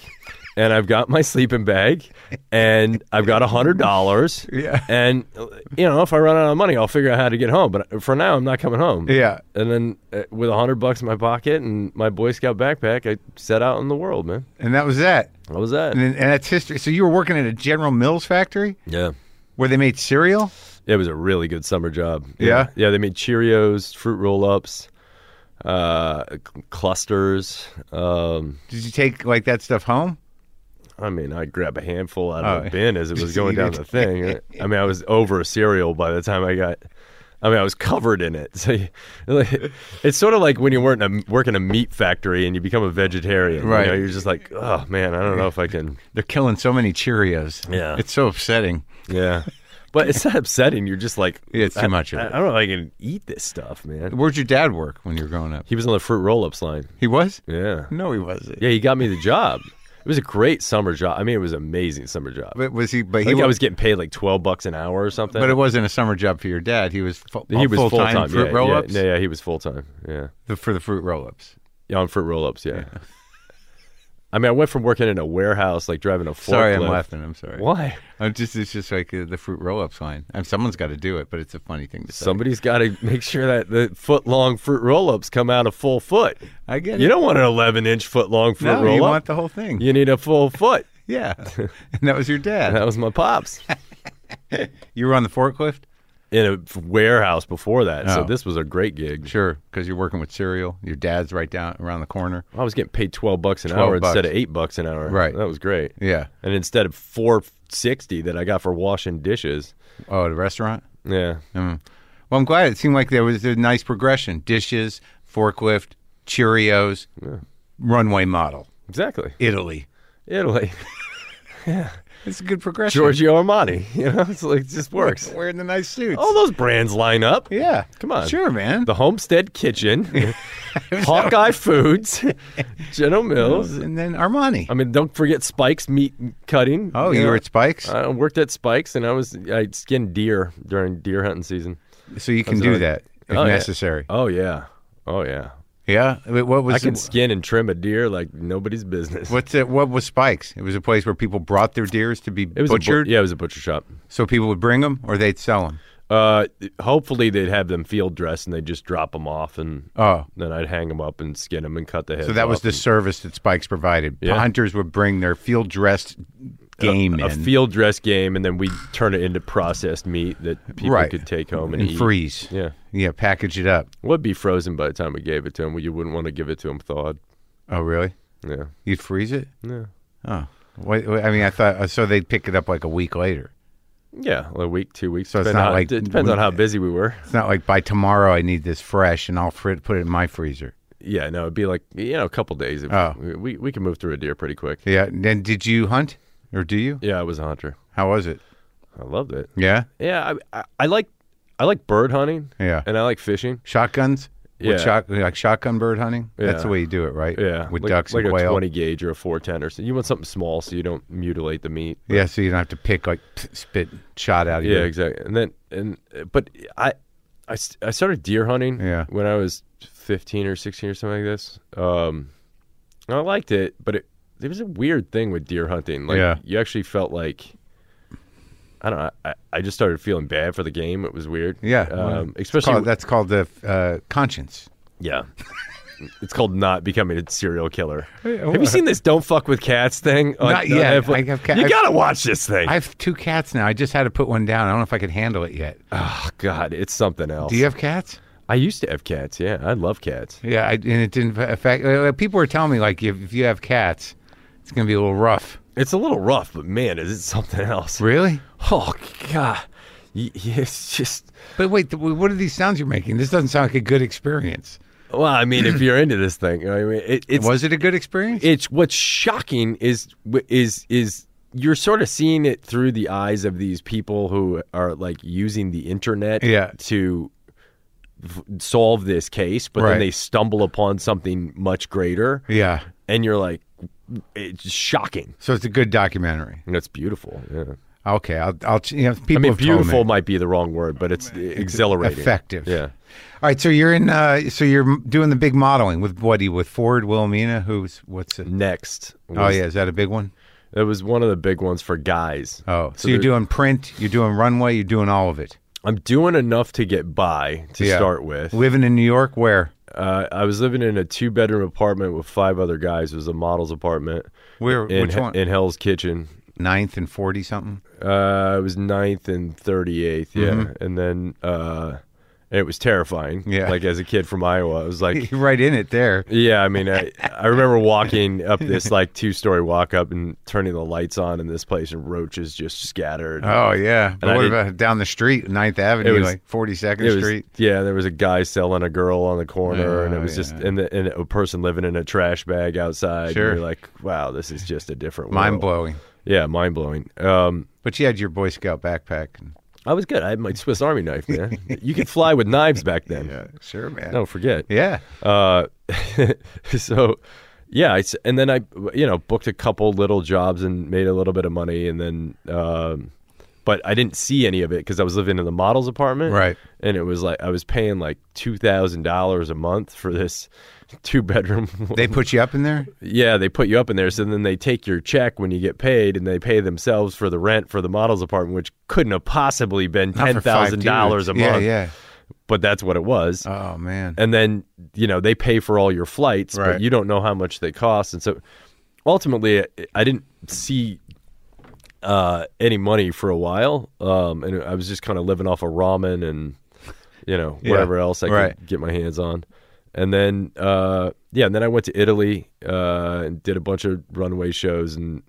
[SPEAKER 2] and I've got my sleeping bag, and I've got a hundred dollars.
[SPEAKER 3] Yeah.
[SPEAKER 2] And uh, you know, if I run out of money, I'll figure out how to get home. But for now, I'm not coming home.
[SPEAKER 3] Yeah.
[SPEAKER 2] And then uh, with a hundred bucks in my pocket and my Boy Scout backpack, I set out in the world, man.
[SPEAKER 3] and that was that.
[SPEAKER 2] What was that?
[SPEAKER 3] And, then- and that's history. So you were working at a General Mills factory
[SPEAKER 2] Yeah.
[SPEAKER 3] where they made cereal.
[SPEAKER 2] It was a really good summer job.
[SPEAKER 3] Yeah?
[SPEAKER 2] Yeah, they made Cheerios, fruit roll ups, uh, c- clusters. Um,
[SPEAKER 3] Did you take like that stuff home?
[SPEAKER 2] I mean, I'd grab a handful out of
[SPEAKER 3] Oh.
[SPEAKER 2] the bin as it was
[SPEAKER 3] Just
[SPEAKER 2] going
[SPEAKER 3] eat
[SPEAKER 2] down
[SPEAKER 3] it.
[SPEAKER 2] the thing. I mean, I was over a cereal by the time I got. I mean, I was covered in it. So you- like, it's sort of like when you work in a, work in a meat factory and you become a vegetarian.
[SPEAKER 3] Right.
[SPEAKER 2] You know, you're just like, oh man, I don't know if I can.
[SPEAKER 3] They're killing so many Cheerios.
[SPEAKER 2] Yeah.
[SPEAKER 3] it's so upsetting.
[SPEAKER 2] Yeah. But it's not upsetting. You're just like,
[SPEAKER 3] Yeah, it's too
[SPEAKER 2] I-
[SPEAKER 3] much of
[SPEAKER 2] I,
[SPEAKER 3] it.
[SPEAKER 2] I don't know if I can eat this stuff, man.
[SPEAKER 3] Where'd your dad work when you were growing up?
[SPEAKER 2] He was on the fruit roll ups line.
[SPEAKER 3] He was?
[SPEAKER 2] Yeah.
[SPEAKER 3] No, he wasn't.
[SPEAKER 2] Yeah, he got me the job. It was a great summer job. I mean, it was an amazing summer job. I
[SPEAKER 3] But was he? But he
[SPEAKER 2] think I
[SPEAKER 3] wa-
[SPEAKER 2] was getting paid like twelve bucks an hour or something.
[SPEAKER 3] But it wasn't a summer job for your dad. He was full,
[SPEAKER 2] he was
[SPEAKER 3] full-time
[SPEAKER 2] full-time,
[SPEAKER 3] fruit
[SPEAKER 2] yeah,
[SPEAKER 3] roll-ups
[SPEAKER 2] Yeah, yeah, he was full time. Yeah,
[SPEAKER 3] The- for the fruit roll-ups.
[SPEAKER 2] yeah, on fruit roll ups. Yeah. I mean, I went from working in a warehouse, like driving a forklift.
[SPEAKER 3] Sorry, I'm laughing. I'm sorry.
[SPEAKER 2] Why?
[SPEAKER 3] I'm just it's just like uh, the fruit roll-ups line. And someone's got to do it, but it's a funny thing to say.
[SPEAKER 2] Somebody's got to make sure that the foot long fruit roll ups come out a full foot.
[SPEAKER 3] I get
[SPEAKER 2] You
[SPEAKER 3] it.
[SPEAKER 2] don't want an 11 inch foot long fruit
[SPEAKER 3] No,
[SPEAKER 2] roll
[SPEAKER 3] you
[SPEAKER 2] up.
[SPEAKER 3] want the whole thing.
[SPEAKER 2] you need a full foot.
[SPEAKER 3] Yeah, and that was your dad.
[SPEAKER 2] That was my pops.
[SPEAKER 3] You were on the forklift,
[SPEAKER 2] in a f- warehouse before that. So
[SPEAKER 3] Oh.
[SPEAKER 2] this was a great gig.
[SPEAKER 3] sure, because you're working with cereal. Your dad's right down around the corner.
[SPEAKER 2] I was getting paid twelve bucks an
[SPEAKER 3] 12
[SPEAKER 2] hour instead
[SPEAKER 3] bucks.
[SPEAKER 2] of eight bucks an hour.
[SPEAKER 3] Right.
[SPEAKER 2] that was great.
[SPEAKER 3] Yeah.
[SPEAKER 2] And instead of four sixty that I got for washing dishes,
[SPEAKER 3] Oh, the restaurant.
[SPEAKER 2] yeah,
[SPEAKER 3] Mm. Well, I'm glad it seemed like there was a nice progression: dishes, forklift, Cheerios, runway model,
[SPEAKER 2] exactly.
[SPEAKER 3] Italy.
[SPEAKER 2] Italy,
[SPEAKER 3] It's a good progression.
[SPEAKER 2] Giorgio Armani. You know, it's like it just works.
[SPEAKER 3] wearing the nice suits.
[SPEAKER 2] All those brands line up.
[SPEAKER 3] yeah,
[SPEAKER 2] Come on.
[SPEAKER 3] sure, man.
[SPEAKER 2] The Homestead Kitchen, Hawkeye Foods, General Mills.
[SPEAKER 3] and then Armani.
[SPEAKER 2] I mean, don't forget Spikes meat cutting.
[SPEAKER 3] oh, you
[SPEAKER 2] know.
[SPEAKER 3] were at Spikes,
[SPEAKER 2] I worked at Spikes, and I was I skinned deer during deer hunting season.
[SPEAKER 3] so you can do
[SPEAKER 2] like-
[SPEAKER 3] that if
[SPEAKER 2] Oh, yeah.
[SPEAKER 3] necessary.
[SPEAKER 2] Oh yeah, oh yeah.
[SPEAKER 3] Yeah. Wait, What was
[SPEAKER 2] I can
[SPEAKER 3] the-
[SPEAKER 2] skin and trim a deer like nobody's business.
[SPEAKER 3] What's it? What was Spikes? It was a place where people brought their deers to be
[SPEAKER 2] It was A
[SPEAKER 3] butchered,
[SPEAKER 2] bu- yeah, it was a butcher shop.
[SPEAKER 3] so people would bring them or they'd sell them.
[SPEAKER 2] Uh, hopefully they'd have them field dressed and they'd just drop them off, and
[SPEAKER 3] Oh,
[SPEAKER 2] then I'd hang them up and skin them and cut the head.
[SPEAKER 3] so that was the service that Spikes provided.
[SPEAKER 2] Yeah.
[SPEAKER 3] Hunters would bring their field dressed game
[SPEAKER 2] a
[SPEAKER 3] in
[SPEAKER 2] field dress game, and then we would turn it into processed meat that people
[SPEAKER 3] Right.
[SPEAKER 2] could take home and,
[SPEAKER 3] and
[SPEAKER 2] eat.
[SPEAKER 3] freeze.
[SPEAKER 2] Yeah,
[SPEAKER 3] Yeah, package it up.
[SPEAKER 2] would be frozen by the time we gave it to them. You wouldn't want to give it to them thawed.
[SPEAKER 3] Oh, really?
[SPEAKER 2] Yeah,
[SPEAKER 3] You'd freeze it?
[SPEAKER 2] yeah,
[SPEAKER 3] Oh, Wait, wait, I mean, I thought uh, so. They'd pick it up like a week later.
[SPEAKER 2] yeah. A week, two weeks.
[SPEAKER 3] So it's
[SPEAKER 2] depend
[SPEAKER 3] not
[SPEAKER 2] on-
[SPEAKER 3] like
[SPEAKER 2] it depends on how busy we were.
[SPEAKER 3] It's not like by tomorrow I need this fresh and I'll fr- put it in my freezer.
[SPEAKER 2] Yeah, no, it'd be like you know a couple days. If
[SPEAKER 3] Oh.
[SPEAKER 2] we, we we can move through a deer pretty quick.
[SPEAKER 3] Yeah. And then did you hunt or do you?
[SPEAKER 2] Yeah, I was a hunter.
[SPEAKER 3] How was it?
[SPEAKER 2] I loved it.
[SPEAKER 3] Yeah.
[SPEAKER 2] Yeah, I I, I like I like bird hunting.
[SPEAKER 3] Yeah.
[SPEAKER 2] and I like fishing.
[SPEAKER 3] Shotguns.
[SPEAKER 2] Uh, Yeah.
[SPEAKER 3] With shot, like shotgun bird hunting. That's the
[SPEAKER 2] Yeah.
[SPEAKER 3] way you do it, right?
[SPEAKER 2] Yeah,
[SPEAKER 3] With
[SPEAKER 2] like,
[SPEAKER 3] ducks
[SPEAKER 2] like
[SPEAKER 3] and
[SPEAKER 2] a
[SPEAKER 3] quail.
[SPEAKER 2] twenty gauge or a four ten or something. You want something small so you don't mutilate the meat.
[SPEAKER 3] Yeah, so you don't have to pick like p- spit shot out of
[SPEAKER 2] Yeah,
[SPEAKER 3] your
[SPEAKER 2] exactly. And then and but I I s- I started deer hunting.
[SPEAKER 3] Yeah.
[SPEAKER 2] when I was fifteen or sixteen or something like this. Um, and I liked it, but it there was a weird thing with deer hunting. Like
[SPEAKER 3] Yeah.
[SPEAKER 2] you actually felt like. I don't know. I, I just started feeling bad for the game. It was weird.
[SPEAKER 3] Yeah, well,
[SPEAKER 2] Um,
[SPEAKER 3] It's
[SPEAKER 2] especially
[SPEAKER 3] called- that's called the uh, conscience.
[SPEAKER 2] Yeah. it's called not becoming a serial killer. Have you seen this "Don't fuck with cats" thing? on-
[SPEAKER 3] Not
[SPEAKER 2] on
[SPEAKER 3] yet.
[SPEAKER 2] Netflix?
[SPEAKER 3] I have ca-
[SPEAKER 2] you
[SPEAKER 3] I've-
[SPEAKER 2] gotta watch this thing.
[SPEAKER 3] I have two cats now. I just had to put one down. I don't know if I could handle it yet.
[SPEAKER 2] oh God, it's something else.
[SPEAKER 3] Do you have cats?
[SPEAKER 2] I used to have cats. Yeah, I love cats.
[SPEAKER 3] Yeah, I, and it didn't affect. Uh, people were telling me like if, if you have cats, it's gonna be a little rough.
[SPEAKER 2] It's a little rough, but man, is it something else?
[SPEAKER 3] Really?
[SPEAKER 2] Oh God, Y- y- it's just.
[SPEAKER 3] But wait, th- what are these sounds you're making? This doesn't sound like a good experience.
[SPEAKER 2] Well, I mean, if you're into this thing, I mean, it, it's
[SPEAKER 3] Was it a good experience?
[SPEAKER 2] it's what's shocking is is is you're sort of seeing it through the eyes of these people who are like using the internet
[SPEAKER 3] Yeah.
[SPEAKER 2] to f- solve this case but
[SPEAKER 3] Right.
[SPEAKER 2] then they stumble upon something much greater
[SPEAKER 3] yeah.
[SPEAKER 2] and you're like it's shocking
[SPEAKER 3] So it's a good documentary.
[SPEAKER 2] and it's beautiful yeah.
[SPEAKER 3] Okay, I'll. I'll ch- you know, people
[SPEAKER 2] i mean
[SPEAKER 3] have told me.
[SPEAKER 2] beautiful might be the wrong word but it's exhilarating
[SPEAKER 3] effective.
[SPEAKER 2] yeah
[SPEAKER 3] All right, so you're in. Uh, so you're m- doing the big modeling with Buddy with Ford Wilhelmina. Who's what's it?
[SPEAKER 2] next
[SPEAKER 3] Oh
[SPEAKER 2] was-
[SPEAKER 3] yeah, is that a big one?
[SPEAKER 2] It was one of the big ones for guys.
[SPEAKER 3] Oh, so, you're doing print, you're doing runway, you're doing all of it.
[SPEAKER 2] I'm doing enough to get by to
[SPEAKER 3] Yeah.
[SPEAKER 2] start with.
[SPEAKER 3] Living in New York, where?
[SPEAKER 2] Uh, I was living in a two bedroom apartment with five other guys. It was a model's apartment
[SPEAKER 3] Where?
[SPEAKER 2] in,
[SPEAKER 3] which one?
[SPEAKER 2] in Hell's Kitchen.
[SPEAKER 3] Ninth and forty something.
[SPEAKER 2] Uh, it was ninth and 38th. Yeah. And then uh, it was terrifying.
[SPEAKER 3] Mm-hmm. Yeah.
[SPEAKER 2] Like as a kid from Iowa, it was like,
[SPEAKER 3] You're right in it there.
[SPEAKER 2] yeah, I mean, I, I remember walking up this like two story walk up and turning the lights on in this place and roaches just scattered.
[SPEAKER 3] Oh yeah. But
[SPEAKER 2] I
[SPEAKER 3] what
[SPEAKER 2] did-
[SPEAKER 3] about down the street, Ninth Avenue,
[SPEAKER 2] was-
[SPEAKER 3] like Forty Second
[SPEAKER 2] It was-
[SPEAKER 3] Street?
[SPEAKER 2] yeah, there was a guy selling a girl on the corner, and
[SPEAKER 3] Oh,
[SPEAKER 2] it was just
[SPEAKER 3] yeah.
[SPEAKER 2] and, the, and a person living in a trash bag outside. and
[SPEAKER 3] Sure.
[SPEAKER 2] you're like, wow, this is just a different world.
[SPEAKER 3] Mind blowing.
[SPEAKER 2] Yeah, mind blowing. Um,
[SPEAKER 3] But you had your Boy Scout backpack. and-
[SPEAKER 2] I was good. I had my Swiss Army knife, man. you could fly with knives back then.
[SPEAKER 3] sure, man.
[SPEAKER 2] Don't forget.
[SPEAKER 3] Yeah.
[SPEAKER 2] Uh, so yeah, I s and then I you know booked a couple little jobs and made a little bit of money, and then um, but I didn't see any of it because I was living in the models apartment,
[SPEAKER 3] Right.
[SPEAKER 2] And it was like I was paying like two thousand dollars a month for this two bedroom.
[SPEAKER 3] They put you up in there.
[SPEAKER 2] yeah, they put you up in there, so then they take your check when you get paid, and they pay themselves for the rent for the models apartment, which couldn't have possibly been
[SPEAKER 3] Not
[SPEAKER 2] ten
[SPEAKER 3] for five
[SPEAKER 2] thousand dollars a
[SPEAKER 3] dudes.
[SPEAKER 2] month.
[SPEAKER 3] Yeah,
[SPEAKER 2] But that's what it was
[SPEAKER 3] yeah. Oh man.
[SPEAKER 2] and then you know they pay for all your flights
[SPEAKER 3] Right.
[SPEAKER 2] but you don't know how much they cost and so ultimately i, I didn't see uh, any money for a while um, and i was just kind of living off of ramen and you know
[SPEAKER 3] Yeah,
[SPEAKER 2] whatever else i
[SPEAKER 3] right.
[SPEAKER 2] could get my hands on and then uh, yeah and then i went to italy uh, and did a bunch of runway shows and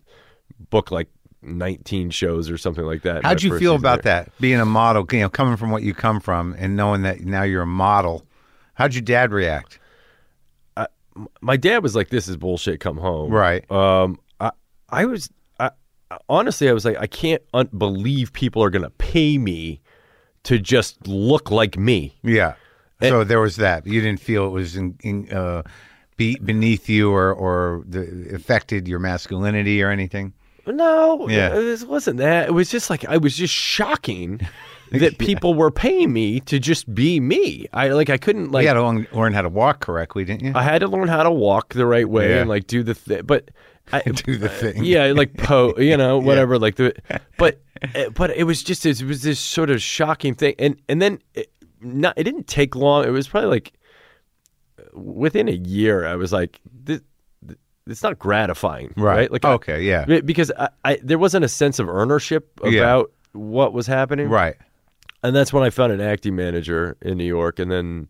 [SPEAKER 2] booked like 19 shows or something like that in
[SPEAKER 3] How'd
[SPEAKER 2] my
[SPEAKER 3] you
[SPEAKER 2] first
[SPEAKER 3] feel
[SPEAKER 2] season
[SPEAKER 3] about
[SPEAKER 2] there.
[SPEAKER 3] that? Being a model, you know, coming from what you come from, and knowing that now you're a model. How'd your dad react?
[SPEAKER 2] my dad was like this is bullshit come home
[SPEAKER 3] Right.
[SPEAKER 2] Um, I, I was, I, I- honestly, I was like, I can't un- believe people are going to pay me to just look like me.
[SPEAKER 3] Yeah. so there was that. You didn't feel it was in, in, uh, be, beneath you or or the, affected your masculinity or anything.
[SPEAKER 2] No,
[SPEAKER 3] Yeah.
[SPEAKER 2] uh, this wasn't that. It was just like I was just shocking that people were paying me to just be me. I like I couldn't like
[SPEAKER 3] you had to learn- learn how to walk correctly, didn't you?
[SPEAKER 2] I had to learn how to walk the right way
[SPEAKER 3] Yeah.
[SPEAKER 2] and like do the thing, but I,
[SPEAKER 3] Do the thing.
[SPEAKER 2] yeah, like po, you know, whatever, like the, but, eh, but it was just, it was this sort of shocking thing, and and then, it, not, it didn't take long. It was probably like within a year. I was like, this, it's not gratifying, right? Like, I-
[SPEAKER 3] okay. yeah.
[SPEAKER 2] be- because I, I there wasn't a sense of ownership about
[SPEAKER 3] Oh. Yeah.
[SPEAKER 2] what was happening,
[SPEAKER 3] Right.
[SPEAKER 2] and that's when I found an acting manager in New York, and then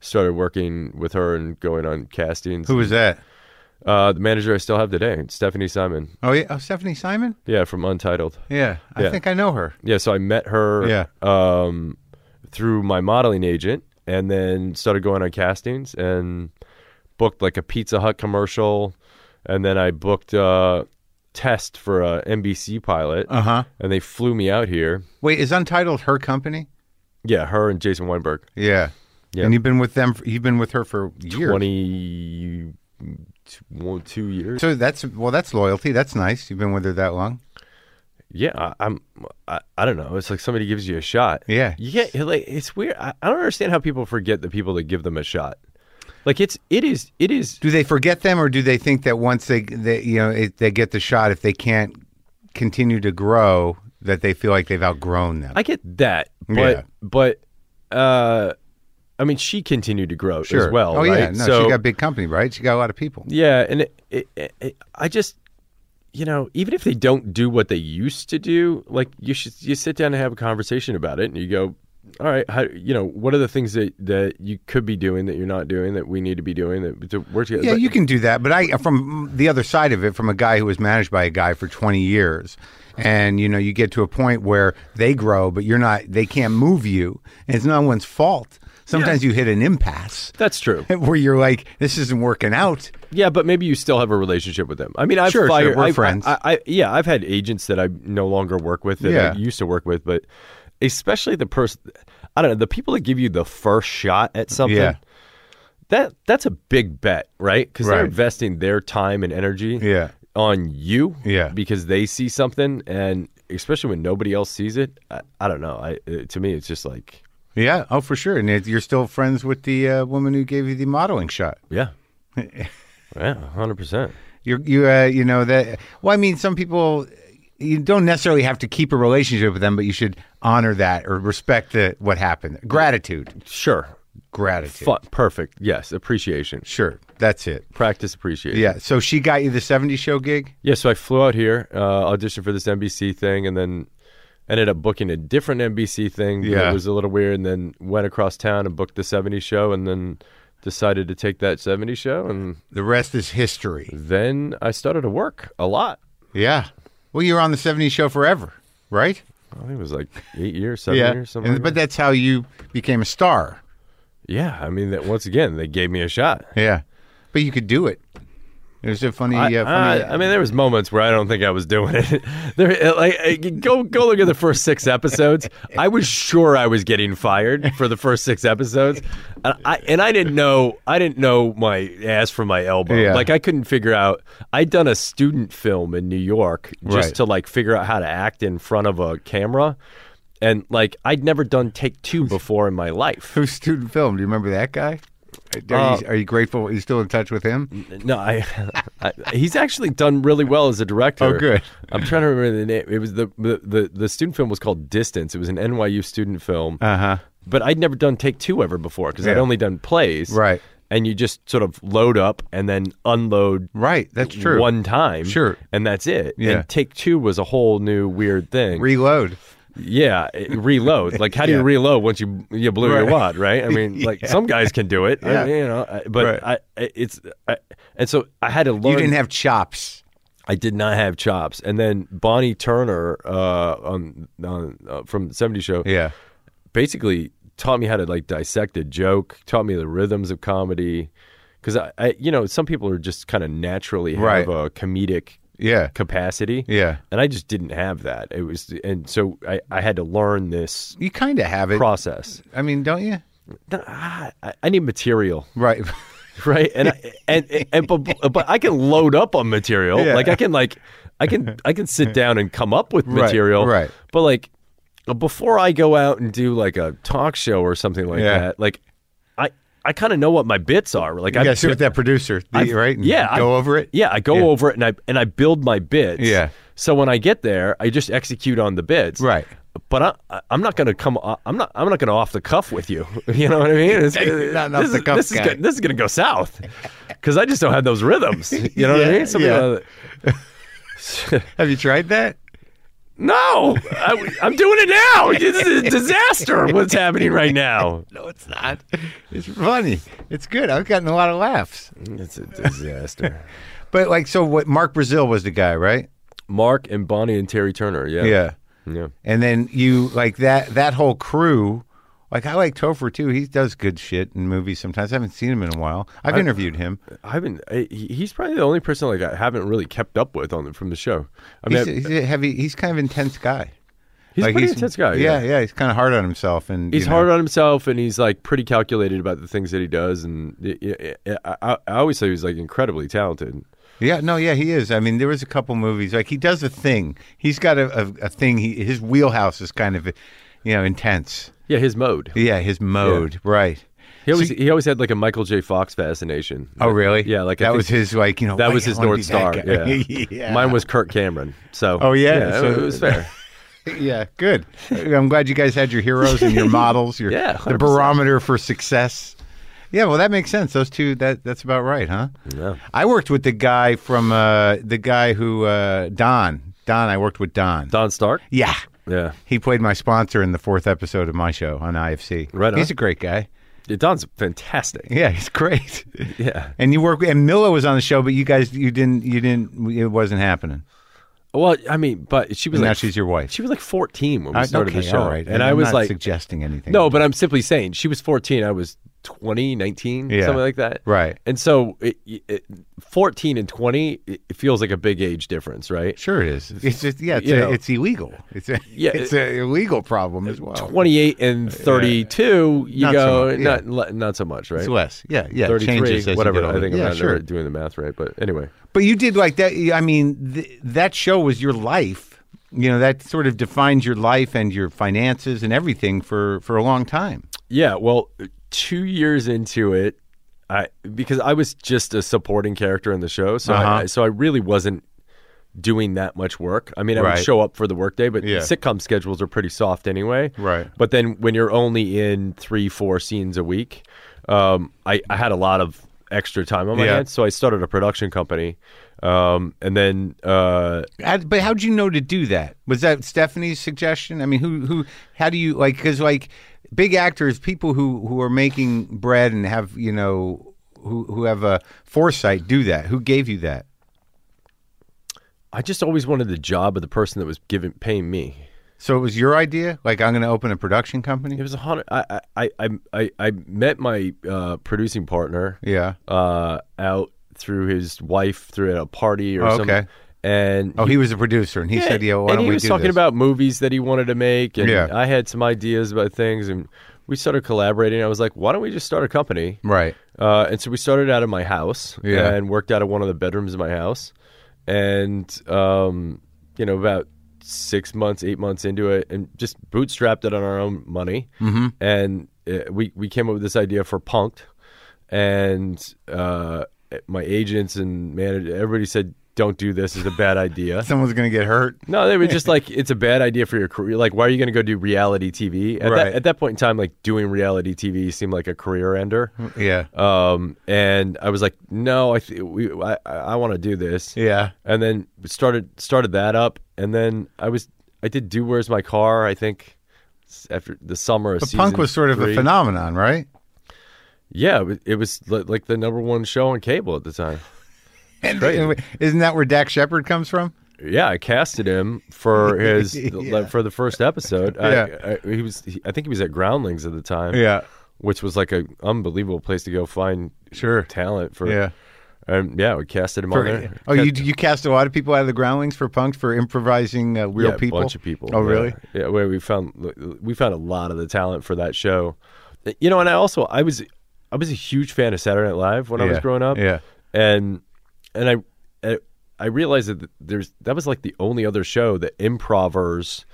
[SPEAKER 2] started working with her and going on castings.
[SPEAKER 3] Who was that?
[SPEAKER 2] Uh, the manager I still have today, Stephanie Simon.
[SPEAKER 3] Oh yeah. Oh, Stephanie Simon.
[SPEAKER 2] Yeah, from Untitled.
[SPEAKER 3] Yeah. I
[SPEAKER 2] Yeah.
[SPEAKER 3] think I know her.
[SPEAKER 2] Yeah, so I met her
[SPEAKER 3] Yeah.
[SPEAKER 2] um, through my modeling agent and then started going on castings and booked like a Pizza Hut commercial. And then I booked a test for a NBC pilot.
[SPEAKER 3] Uh huh.
[SPEAKER 2] And they flew me out here.
[SPEAKER 3] Wait, is Untitled her company?
[SPEAKER 2] Yeah, her and Jason Weinberg.
[SPEAKER 3] Yeah.
[SPEAKER 2] Yeah.
[SPEAKER 3] And you've been with them. For, you've been with her for years.
[SPEAKER 2] 20, two, two years.
[SPEAKER 3] So that's well, that's loyalty. That's nice. You've been with her that long.
[SPEAKER 2] Yeah, I, I'm. I, I don't know. It's like somebody gives you a shot.
[SPEAKER 3] Yeah.
[SPEAKER 2] you get like it's weird. I, I don't understand how people forget the people that give them a shot. Like it's it is it is.
[SPEAKER 3] Do they forget them, or do they think that once they, they you know it, they get the shot, if they can't continue to grow, that they feel like they've outgrown them?
[SPEAKER 2] I get that, but
[SPEAKER 3] Yeah.
[SPEAKER 2] but uh, I mean, she continued to grow as well.
[SPEAKER 3] Oh yeah.
[SPEAKER 2] right?
[SPEAKER 3] No,
[SPEAKER 2] So-
[SPEAKER 3] she got a big company, right? She got a lot of people.
[SPEAKER 2] Yeah, and it, it, it, it- I just, you know, even if they don't do what they used to do, like you should you sit down and have a conversation about it, and you go, all right, how, you know, what are the things that that you could be doing that you're not doing that we need to be doing that to work together?
[SPEAKER 3] Yeah,
[SPEAKER 2] But-
[SPEAKER 3] you can do that, but I from the other side of it, from a guy who was managed by a guy for twenty years, and you know, you get to a point where they grow, but you're not. They can't move you, and it's no one's fault. Sometimes you hit an impasse
[SPEAKER 2] that's true.
[SPEAKER 3] where you're like, "This isn't working out."
[SPEAKER 2] Yeah, but maybe you still have a relationship with them. I mean, I've
[SPEAKER 3] Sure, sure,
[SPEAKER 2] fired.
[SPEAKER 3] we're
[SPEAKER 2] I've,
[SPEAKER 3] friends.
[SPEAKER 2] I, I, yeah, I've had agents that I no longer work with that
[SPEAKER 3] Yeah.
[SPEAKER 2] I used to work with, but especially the person. I don't know the people that give you the first shot at something.
[SPEAKER 3] Yeah.
[SPEAKER 2] That that's a big bet, right? Because they're
[SPEAKER 3] Right.
[SPEAKER 2] investing their time and energy.
[SPEAKER 3] Yeah.
[SPEAKER 2] On you.
[SPEAKER 3] Yeah.
[SPEAKER 2] Because they see something, and especially when nobody else sees it. I, I don't know. I uh, to me, it's just like
[SPEAKER 3] Yeah, oh for sure, and it, you're still friends with the uh, woman who gave you the modeling shot.
[SPEAKER 2] yeah, yeah, hundred percent.
[SPEAKER 3] You're, you uh, you know that. Well, I mean, some people you don't necessarily have to keep a relationship with them, but you should honor that or respect the what happened. Gratitude,
[SPEAKER 2] Sure.
[SPEAKER 3] gratitude.
[SPEAKER 2] Fu- perfect. Yes. Appreciation.
[SPEAKER 3] Sure, that's it.
[SPEAKER 2] Practice appreciation.
[SPEAKER 3] Yeah. So she got you the '70 show gig.
[SPEAKER 2] Yeah, so I flew out here, uh, auditioned for this NBC thing, and then ended up booking a different NBC thing. but
[SPEAKER 3] Yeah.
[SPEAKER 2] It was a little weird, and then went across town and booked the 70 show, and then decided to take that 70 show. And
[SPEAKER 3] The rest is history.
[SPEAKER 2] then I started to work a lot.
[SPEAKER 3] Yeah. Well, you were on the '70 show forever, right?
[SPEAKER 2] I think it was like eight years, seven years, something.
[SPEAKER 3] And-
[SPEAKER 2] like
[SPEAKER 3] but
[SPEAKER 2] that.
[SPEAKER 3] that's how you became a star.
[SPEAKER 2] yeah, I mean, that once again, they gave me a shot.
[SPEAKER 3] Yeah. But you could do it. There's a funny.
[SPEAKER 2] I,
[SPEAKER 3] uh, funny
[SPEAKER 2] I- I mean, there was moments where I don't think I was doing it. there, like, I- go go look at the first six episodes. I was sure I was getting fired for the first six episodes, and I and I didn't know I didn't know my ass from my elbow.
[SPEAKER 3] Yeah.
[SPEAKER 2] Like I couldn't figure out. I'd done a student film in New York just
[SPEAKER 3] Right.
[SPEAKER 2] to like figure out how to act in front of a camera, and like I'd never done take two before in my life.
[SPEAKER 3] Who's uh, student film? Do you remember that guy? Are,
[SPEAKER 2] Uh,
[SPEAKER 3] you, are you grateful? Are you still in touch with him?
[SPEAKER 2] No, I, I he's actually done really well as a director.
[SPEAKER 3] Oh, good.
[SPEAKER 2] I'm trying to remember the name. It was the the the, the student film was called Distance. It was an NYU student film.
[SPEAKER 3] Uh huh.
[SPEAKER 2] But I'd never done take two ever before because I'd
[SPEAKER 3] Yeah.
[SPEAKER 2] only done plays.
[SPEAKER 3] Right.
[SPEAKER 2] And you just sort of load up and then unload.
[SPEAKER 3] Right. That's true.
[SPEAKER 2] One time.
[SPEAKER 3] Sure.
[SPEAKER 2] And that's it.
[SPEAKER 3] Yeah.
[SPEAKER 2] And take two was a whole new weird thing.
[SPEAKER 3] reload.
[SPEAKER 2] yeah. it- reload. Like, how do you
[SPEAKER 3] Yeah.
[SPEAKER 2] reload once you you blew your
[SPEAKER 3] Right.
[SPEAKER 2] wad, right? I mean, like, some guys can do it. I
[SPEAKER 3] Yeah.
[SPEAKER 2] mean, you know, I- but
[SPEAKER 3] Right.
[SPEAKER 2] I, I, it's, I, and so I had to learn.
[SPEAKER 3] You didn't have chops.
[SPEAKER 2] I did not have chops. And then Bonnie Turner uh, on, on uh, from Seventy Show,
[SPEAKER 3] Yeah.
[SPEAKER 2] basically taught me how to like dissect a joke, taught me the rhythms of comedy, because I, I, you know, some people are just kind of naturally have
[SPEAKER 3] Right.
[SPEAKER 2] a comedic
[SPEAKER 3] Yeah.
[SPEAKER 2] capacity,
[SPEAKER 3] Yeah.
[SPEAKER 2] and I just didn't have that. It was, and so I, I had to learn this
[SPEAKER 3] You kind of have it.
[SPEAKER 2] process.
[SPEAKER 3] I mean, don't you?
[SPEAKER 2] Ah, I, I need material.
[SPEAKER 3] Right.
[SPEAKER 2] right? And I, and and but, but I can load up on material.
[SPEAKER 3] Yeah.
[SPEAKER 2] Like I can like I can I can sit down and come up with material.
[SPEAKER 3] right.
[SPEAKER 2] But like before I go out and do like a talk show or something like
[SPEAKER 3] Yeah.
[SPEAKER 2] that, like I I kind of know what my bits are. Like
[SPEAKER 3] you
[SPEAKER 2] I
[SPEAKER 3] got to sit with that producer, the-
[SPEAKER 2] I've-
[SPEAKER 3] right? And
[SPEAKER 2] yeah,
[SPEAKER 3] Go
[SPEAKER 2] I've-
[SPEAKER 3] over it.
[SPEAKER 2] Yeah, I go over it and I and I build my bits.
[SPEAKER 3] Yeah.
[SPEAKER 2] So when I get there, I just execute on the bits.
[SPEAKER 3] Right.
[SPEAKER 2] But I, I'm not going to come. I'm not. I'm not going to off the cuff with you. You know what I mean? It's,
[SPEAKER 3] You're not an
[SPEAKER 2] this is-
[SPEAKER 3] off-the-cuff
[SPEAKER 2] This is
[SPEAKER 3] guy.
[SPEAKER 2] gonna- this is going to go south because I just don't have those rhythms. You know what I
[SPEAKER 3] Yeah,
[SPEAKER 2] mean? Something
[SPEAKER 3] yeah.
[SPEAKER 2] like that.
[SPEAKER 3] Have you tried that?
[SPEAKER 2] no, I, I'm doing it now. This is a disaster. What's happening right now?
[SPEAKER 3] No, it's not. It's funny. It's good. I've gotten a lot of laughs.
[SPEAKER 2] It's a disaster.
[SPEAKER 3] But like, so what? Mark Brazil was the guy, right?
[SPEAKER 2] Mark and Bonnie and Terry Turner. Yeah. Yeah.
[SPEAKER 3] And then you like that that whole crew. Like I like Topher too. He does good shit in movies sometimes. I haven't seen him in a while. I've interviewed him.
[SPEAKER 2] I haven't. I, he- he's probably the only person like I haven't really kept up with on the, from the show. I mean,
[SPEAKER 3] He's,
[SPEAKER 2] I- he's,
[SPEAKER 3] he's a heavy. He's kind of intense guy.
[SPEAKER 2] a pretty intense guy.
[SPEAKER 3] Yeah, yeah. He's kind of hard on himself, and
[SPEAKER 2] he's
[SPEAKER 3] you know,
[SPEAKER 2] hard on himself, and he's like pretty calculated about the things that he does. And I, I, I- I always say he's like incredibly talented.
[SPEAKER 3] Yeah, no, yeah, he is. I mean, there was a couple movies like he does a thing. He's got a, a, a thing. He, his wheelhouse is kind of, you know, intense.
[SPEAKER 2] Yeah, his mode.
[SPEAKER 3] Yeah, his mode. Right.
[SPEAKER 2] He always he always had like a Michael J. Fox fascination.
[SPEAKER 3] Oh, really?
[SPEAKER 2] Yeah, like I
[SPEAKER 3] that
[SPEAKER 2] think
[SPEAKER 3] was his like you know
[SPEAKER 2] That
[SPEAKER 3] "Wait,
[SPEAKER 2] was
[SPEAKER 3] I
[SPEAKER 2] his
[SPEAKER 3] wanna
[SPEAKER 2] north
[SPEAKER 3] be
[SPEAKER 2] star.
[SPEAKER 3] that
[SPEAKER 2] Yeah.
[SPEAKER 3] guy." yeah.
[SPEAKER 2] mine was Kirk Cameron. So
[SPEAKER 3] Oh, yeah, so-
[SPEAKER 2] it, was fair.
[SPEAKER 3] Yeah, good. I'm glad you guys had your heroes and your models, your
[SPEAKER 2] Yeah,
[SPEAKER 3] the
[SPEAKER 2] 100%.
[SPEAKER 3] barometer for success. Yeah, well, that makes sense. Those two, that that's about right, huh?
[SPEAKER 2] Yeah.
[SPEAKER 3] I worked with the guy from uh, the guy who uh, Don Don. I worked with Don.
[SPEAKER 2] Don Stark.
[SPEAKER 3] Yeah,
[SPEAKER 2] Yeah,
[SPEAKER 3] he played my sponsor in the fourth episode of my show on IFC.
[SPEAKER 2] Right on.
[SPEAKER 3] he's a great guy.
[SPEAKER 2] Yeah, Don's fantastic.
[SPEAKER 3] Yeah, he's great.
[SPEAKER 2] Yeah.
[SPEAKER 3] And you work and Milo was on the show, but you guys, you didn't, you didn't, it wasn't happening.
[SPEAKER 2] Well, I mean, but she was
[SPEAKER 3] And now
[SPEAKER 2] like
[SPEAKER 3] she's your wife.
[SPEAKER 2] She was like 14 when we
[SPEAKER 3] I-
[SPEAKER 2] started
[SPEAKER 3] okay,
[SPEAKER 2] the show,
[SPEAKER 3] all right.
[SPEAKER 2] and, I
[SPEAKER 3] I'm
[SPEAKER 2] was
[SPEAKER 3] not
[SPEAKER 2] like
[SPEAKER 3] suggesting anything.
[SPEAKER 2] No, but I'm simply saying she was 14. I was 20, 19,
[SPEAKER 3] Yeah.
[SPEAKER 2] something like that.
[SPEAKER 3] Right.
[SPEAKER 2] And so it, it, 14 and 20, it it feels like a big age difference, right?
[SPEAKER 3] Sure, it is. It's just yeah, it's,
[SPEAKER 2] You
[SPEAKER 3] a,
[SPEAKER 2] know.
[SPEAKER 3] it's illegal. It's a,
[SPEAKER 2] Yeah,
[SPEAKER 3] it's a illegal problem as well.
[SPEAKER 2] 28 and 32, you
[SPEAKER 3] Not so
[SPEAKER 2] go,
[SPEAKER 3] much, yeah.
[SPEAKER 2] not, le- not so much, right?
[SPEAKER 3] It's less. Yeah, yeah. it
[SPEAKER 2] 33,
[SPEAKER 3] changes as you
[SPEAKER 2] whatever.
[SPEAKER 3] get
[SPEAKER 2] I
[SPEAKER 3] older.
[SPEAKER 2] think I'm
[SPEAKER 3] yeah,
[SPEAKER 2] not
[SPEAKER 3] sure.
[SPEAKER 2] doing the math right. But anyway,
[SPEAKER 3] But you did like that. I mean, th- that show was your life. You know, that sort of defines your life and your finances and everything for for a long time.
[SPEAKER 2] yeah, well, two years into it, I because I was just a supporting character in the show, so
[SPEAKER 3] Uh-huh.
[SPEAKER 2] I, so I really wasn't doing that much work. I mean, I
[SPEAKER 3] Right.
[SPEAKER 2] would show up for the workday, but
[SPEAKER 3] Yeah.
[SPEAKER 2] sitcom schedules are pretty soft anyway.
[SPEAKER 3] Right.
[SPEAKER 2] But then when you're only in three, four scenes a week, um, I, I had a lot of extra time on my
[SPEAKER 3] Yeah.
[SPEAKER 2] hands, so I started a production company, um, and then uh,
[SPEAKER 3] How- but how'd you know to do that? Was that Stephanie's suggestion? I mean, who who? How do you like? Because like big actors, people who who are making bread and have you know who who have a foresight do that. Who gave you that?
[SPEAKER 2] I just always wanted the job of the person that was giving paying me.
[SPEAKER 3] So it was your idea. Like I'm going to open a production
[SPEAKER 2] It
[SPEAKER 3] company.
[SPEAKER 2] was a hundred. I I I I, I met my uh, producing partner.
[SPEAKER 3] Yeah.
[SPEAKER 2] uh, out through his wife through at a party or
[SPEAKER 3] Oh,
[SPEAKER 2] something.
[SPEAKER 3] okay.
[SPEAKER 2] And
[SPEAKER 3] Oh, he was a producer, and he said, "Yeah, why
[SPEAKER 2] and
[SPEAKER 3] don't
[SPEAKER 2] he
[SPEAKER 3] we
[SPEAKER 2] was
[SPEAKER 3] do
[SPEAKER 2] talking
[SPEAKER 3] this?
[SPEAKER 2] about movies that he wanted to make, and
[SPEAKER 3] Yeah.
[SPEAKER 2] I had some ideas about things, and we started collaborating. I was like, why don't we just start a company?
[SPEAKER 3] right?
[SPEAKER 2] Uh, and so we started out of my house
[SPEAKER 3] Yeah.
[SPEAKER 2] and worked out of one of the bedrooms of my house. And, um, you know, about six months, eight months into it, and just bootstrapped it on our own money. Mm-hmm. And uh, we, we came up with this idea for Punked. And uh, my agents and manager, everybody said, don't do this. It's a bad idea.
[SPEAKER 3] Someone's going to get hurt."
[SPEAKER 2] No, they were just like, it's a bad idea for your career. Like, why are you going to go do reality TV? At,
[SPEAKER 3] Right.
[SPEAKER 2] that, at that point in time, like doing reality TV seemed like a career ender.
[SPEAKER 3] Yeah.
[SPEAKER 2] Um, and I was like, no, I th- we, I, I want to do this.
[SPEAKER 3] Yeah.
[SPEAKER 2] And then started started that up, and then I was I did do where's my car? I think s- after the summer of
[SPEAKER 3] But
[SPEAKER 2] season
[SPEAKER 3] punk was sort of
[SPEAKER 2] three.
[SPEAKER 3] a phenomenon, right?
[SPEAKER 2] Yeah, it was, it was li- like the number one show on cable at the time.
[SPEAKER 3] And, and isn't that where Dak Shepard comes from?
[SPEAKER 2] Yeah, I casted him for his
[SPEAKER 3] Yeah.
[SPEAKER 2] for the first episode.
[SPEAKER 3] Yeah.
[SPEAKER 2] I, I, he was he, I think he was at Groundlings at the time.
[SPEAKER 3] Yeah.
[SPEAKER 2] which was like a unbelievable place to go find
[SPEAKER 3] Sure.
[SPEAKER 2] talent for.
[SPEAKER 3] Yeah.
[SPEAKER 2] um, yeah, we casted him on there.
[SPEAKER 3] Oh, you you cast a lot of people out of the groundlings for punk for improvising uh, real
[SPEAKER 2] yeah,
[SPEAKER 3] people.
[SPEAKER 2] A bunch of people.
[SPEAKER 3] Oh,
[SPEAKER 2] yeah.
[SPEAKER 3] really?
[SPEAKER 2] Yeah, where we found we found a lot of the talent for that show. You know, and I also I was I was a huge fan of Saturday Night Live when I was
[SPEAKER 3] Yeah,
[SPEAKER 2] growing up.
[SPEAKER 3] yeah.
[SPEAKER 2] and and I I realized that there's that was like the only other show that improvers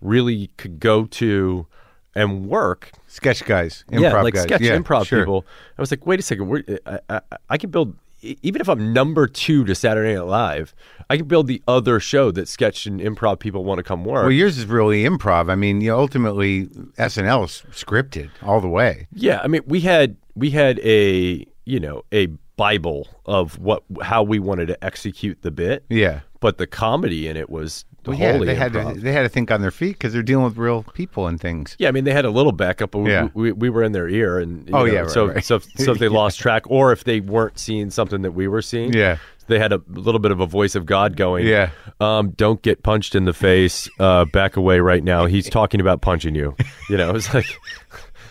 [SPEAKER 2] really could go to and work
[SPEAKER 3] Sketch guys, improv
[SPEAKER 2] yeah, like
[SPEAKER 3] guys.
[SPEAKER 2] sketch
[SPEAKER 3] Yeah,
[SPEAKER 2] improv
[SPEAKER 3] sure.
[SPEAKER 2] people. I was like, wait a second, we're, I, I, I can build e- even if I'm number two to Saturday Night Live, I can build the other show that sketch and improv people want to come work.
[SPEAKER 3] Well, yours is really improv. I mean, you know, ultimately SNL is scripted all the way.
[SPEAKER 2] yeah, I mean, we had we had a you know a bible of what how we wanted to execute the bit.
[SPEAKER 3] Yeah.
[SPEAKER 2] but the comedy in it was
[SPEAKER 3] Well, yeah,
[SPEAKER 2] wholly
[SPEAKER 3] they had
[SPEAKER 2] improv.
[SPEAKER 3] to, they had to think on their feet because they're dealing with real people and things.
[SPEAKER 2] Yeah, I mean they had a little backup, but we,
[SPEAKER 3] Yeah.
[SPEAKER 2] we, we were in their ear, and you
[SPEAKER 3] Oh,
[SPEAKER 2] know,
[SPEAKER 3] yeah, right,
[SPEAKER 2] so
[SPEAKER 3] right.
[SPEAKER 2] so if, so if they lost track, or if they weren't seeing something that we were seeing,
[SPEAKER 3] Yeah.
[SPEAKER 2] they had a little bit of a voice of God going,
[SPEAKER 3] Yeah.
[SPEAKER 2] um, don't get punched in the face, uh, back away right now. He's talking about punching you, you know. It was like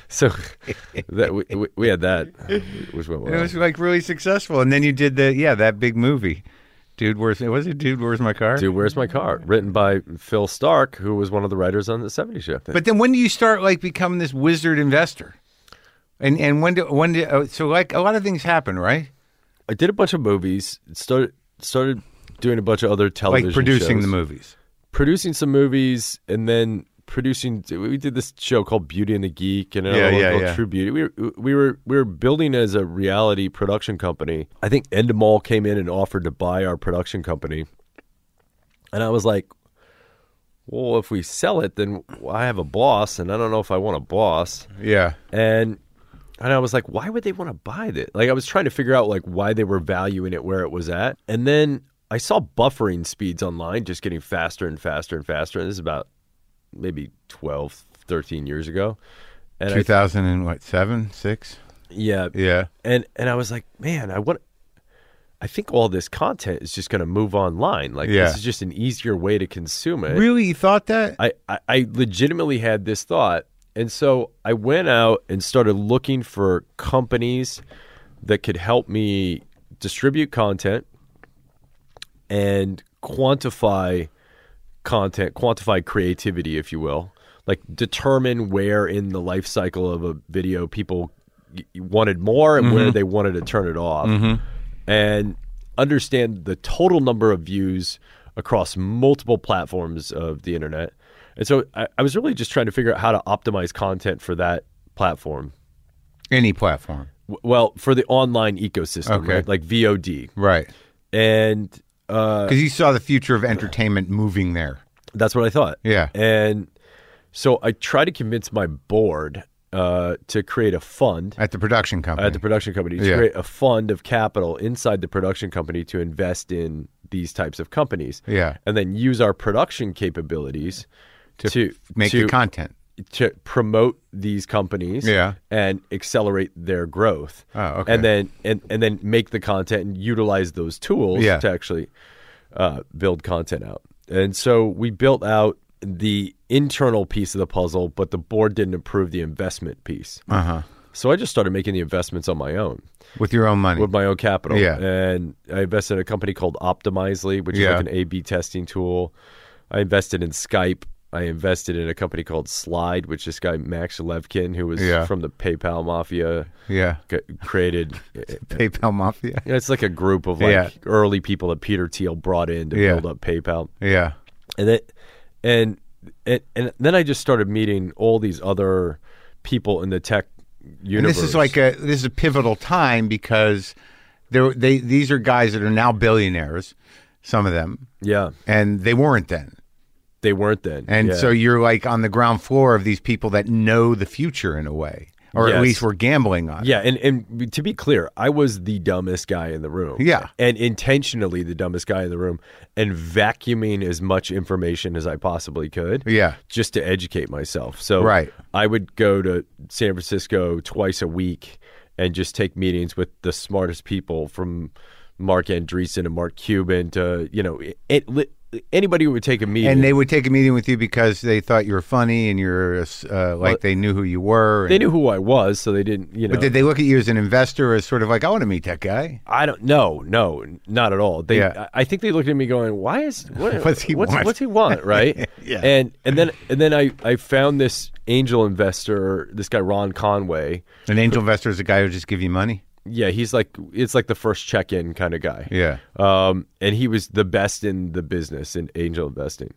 [SPEAKER 2] so that we, we, we had that, uh, which went
[SPEAKER 3] And it
[SPEAKER 2] well.
[SPEAKER 3] was like really successful. And then you did the yeah that big movie, dude. Where's was it? Dude, where's my car?
[SPEAKER 2] Dude, where's my car? Written by Phil Stark, who was one of the writers on the '70s show.
[SPEAKER 3] But then when do you start like becoming this wizard investor? And and when do when do oh, so like a lot of things happen, right?
[SPEAKER 2] I did a bunch of movies. Started started doing a bunch of other television,
[SPEAKER 3] Like producing
[SPEAKER 2] shows.
[SPEAKER 3] the movies.
[SPEAKER 2] producing some movies and then producing we did this show called beauty and the geek and another
[SPEAKER 3] Yeah,
[SPEAKER 2] one
[SPEAKER 3] yeah,
[SPEAKER 2] called
[SPEAKER 3] yeah.
[SPEAKER 2] true beauty we were, we were we were building as a reality production company i think endemol came in and offered to buy our production company and i was like well if we sell it then i have a boss and i don't know if i want a boss
[SPEAKER 3] Yeah.
[SPEAKER 2] and and I was like, why would they want to buy this? Like I was trying to figure out like why they were valuing it where it was at. And then I saw buffering speeds online just getting faster and faster and faster. And this is about maybe 12, 13 years ago. And
[SPEAKER 3] Two
[SPEAKER 2] I,
[SPEAKER 3] thousand and what, seven, six?
[SPEAKER 2] yeah.
[SPEAKER 3] Yeah.
[SPEAKER 2] And and I was like, man, I want I think all this content is just going to move online. Like
[SPEAKER 3] Yeah.
[SPEAKER 2] this is just an easier way to consume it.
[SPEAKER 3] Really you thought that?
[SPEAKER 2] I, I, I legitimately had this thought. And so I went out and started looking for companies that could help me distribute content and quantify content, quantify creativity, if you will, like determine where in the life cycle of a video people y- wanted more and where they wanted to turn it off, and understand the total number of views across multiple platforms of the internet. And so I, I was really just trying to figure out how to optimize content for that platform
[SPEAKER 3] Any platform.
[SPEAKER 2] w- well for the online ecosystem,
[SPEAKER 3] Okay.
[SPEAKER 2] right? Like VOD,
[SPEAKER 3] Right.
[SPEAKER 2] and uh,
[SPEAKER 3] Because you saw the future of entertainment moving there.
[SPEAKER 2] that's what I thought.
[SPEAKER 3] Yeah.
[SPEAKER 2] and so I tried to convince my board uh, to create a fund
[SPEAKER 3] At the production company.
[SPEAKER 2] at the production company to
[SPEAKER 3] Mm. Yeah.
[SPEAKER 2] create a fund of capital inside the production company to invest in these types of companies.
[SPEAKER 3] Yeah.
[SPEAKER 2] And then use our production capabilities to, to
[SPEAKER 3] Make the content.
[SPEAKER 2] to promote these companies
[SPEAKER 3] Yeah.
[SPEAKER 2] and accelerate their growth.
[SPEAKER 3] Oh, okay.
[SPEAKER 2] And then and, and then make the content and utilize those tools
[SPEAKER 3] Yeah.
[SPEAKER 2] to actually uh, build content out. And so we built out the internal piece of the puzzle, but the board didn't approve the investment piece.
[SPEAKER 3] Uh-huh.
[SPEAKER 2] So I just started making the investments on my own
[SPEAKER 3] With your own money.
[SPEAKER 2] with my own capital.
[SPEAKER 3] Yeah.
[SPEAKER 2] And I invested in a company called Optimizely, which
[SPEAKER 3] Yeah.
[SPEAKER 2] is like an A B testing tool. I invested in Skype. I invested in a company called Slide, which this guy Max Levkin, who was
[SPEAKER 3] Yeah.
[SPEAKER 2] from the PayPal Mafia,
[SPEAKER 3] yeah.
[SPEAKER 2] g- created. eh,
[SPEAKER 3] PayPal Mafia.
[SPEAKER 2] it's like a group of like
[SPEAKER 3] Yeah.
[SPEAKER 2] early people that Peter Thiel brought in to
[SPEAKER 3] Yeah.
[SPEAKER 2] build up PayPal
[SPEAKER 3] Yeah.
[SPEAKER 2] and then and, and and then I just started meeting all these other people in the tech
[SPEAKER 3] And
[SPEAKER 2] universe.
[SPEAKER 3] this is like a this is a pivotal time because there they these are guys that are now billionaires, some of them,
[SPEAKER 2] yeah,
[SPEAKER 3] and they weren't then.
[SPEAKER 2] they weren't then,
[SPEAKER 3] And
[SPEAKER 2] Yeah.
[SPEAKER 3] so you're like on the ground floor of these people that know the future in a way, or at
[SPEAKER 2] Yes.
[SPEAKER 3] least we're gambling on. it.
[SPEAKER 2] yeah, and and to be clear, I was the dumbest guy in the room.
[SPEAKER 3] Yeah.
[SPEAKER 2] and intentionally the dumbest guy in the room, and vacuuming as much information as I possibly could.
[SPEAKER 3] Yeah.
[SPEAKER 2] just to educate myself. So
[SPEAKER 3] Right.
[SPEAKER 2] I would go to San Francisco twice a week and just take meetings with the smartest people from Mark Andreessen and Mark Cuban to you know it, li anybody who would take a meeting.
[SPEAKER 3] And they would take a meeting with you because they thought you were funny and you're uh, like they knew who you were. and-
[SPEAKER 2] They knew who I was, so they didn't. You know,
[SPEAKER 3] but did they look at you as an investor, as sort of like, I want to meet that guy?
[SPEAKER 2] I don't. No, no, not at all. They,
[SPEAKER 3] Yeah.
[SPEAKER 2] I I think they looked at me going, "Why is what,
[SPEAKER 3] What's he
[SPEAKER 2] what's,
[SPEAKER 3] want?"
[SPEAKER 2] What's he want?" Right?
[SPEAKER 3] Yeah.
[SPEAKER 2] And and then and then I I found this angel investor, this guy Ron Conway.
[SPEAKER 3] An angel investor is a guy who just give you money.
[SPEAKER 2] Yeah, he's like it's like the first check in kind of guy.
[SPEAKER 3] Yeah.
[SPEAKER 2] Um, and he was the best in the business in angel investing.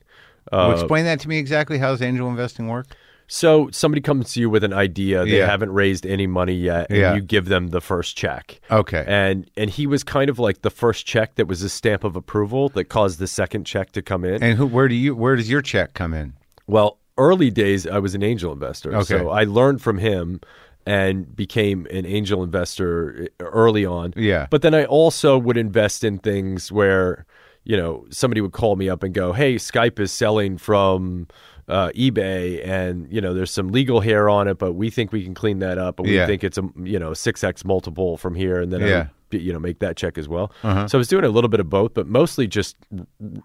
[SPEAKER 3] Well,
[SPEAKER 2] Uh,
[SPEAKER 3] explain that to me exactly. How does angel investing work?
[SPEAKER 2] So somebody comes to you with an idea, they
[SPEAKER 3] Yeah.
[SPEAKER 2] haven't raised any money yet, and
[SPEAKER 3] Yeah.
[SPEAKER 2] you give them the first check.
[SPEAKER 3] Okay.
[SPEAKER 2] And and he was kind of like the first check that was a stamp of approval that caused the second check to come in.
[SPEAKER 3] And who? Where do you? Where does your check come in?
[SPEAKER 2] Well, early days, I was an angel investor.
[SPEAKER 3] Okay.
[SPEAKER 2] So I learned from him and became an angel investor eh, early on.
[SPEAKER 3] Yeah.
[SPEAKER 2] But then I also would invest in things where, you know, somebody would call me up and go, hey, Skype is selling from uh, eBay and, you know, there's some legal hair on it, but we think we can clean that up. But we
[SPEAKER 3] Yeah.
[SPEAKER 2] think it's a, you know, 6X multiple from here. And then I
[SPEAKER 3] Yeah.
[SPEAKER 2] would, you know, make that check as well. So I was doing a little bit of both, but mostly just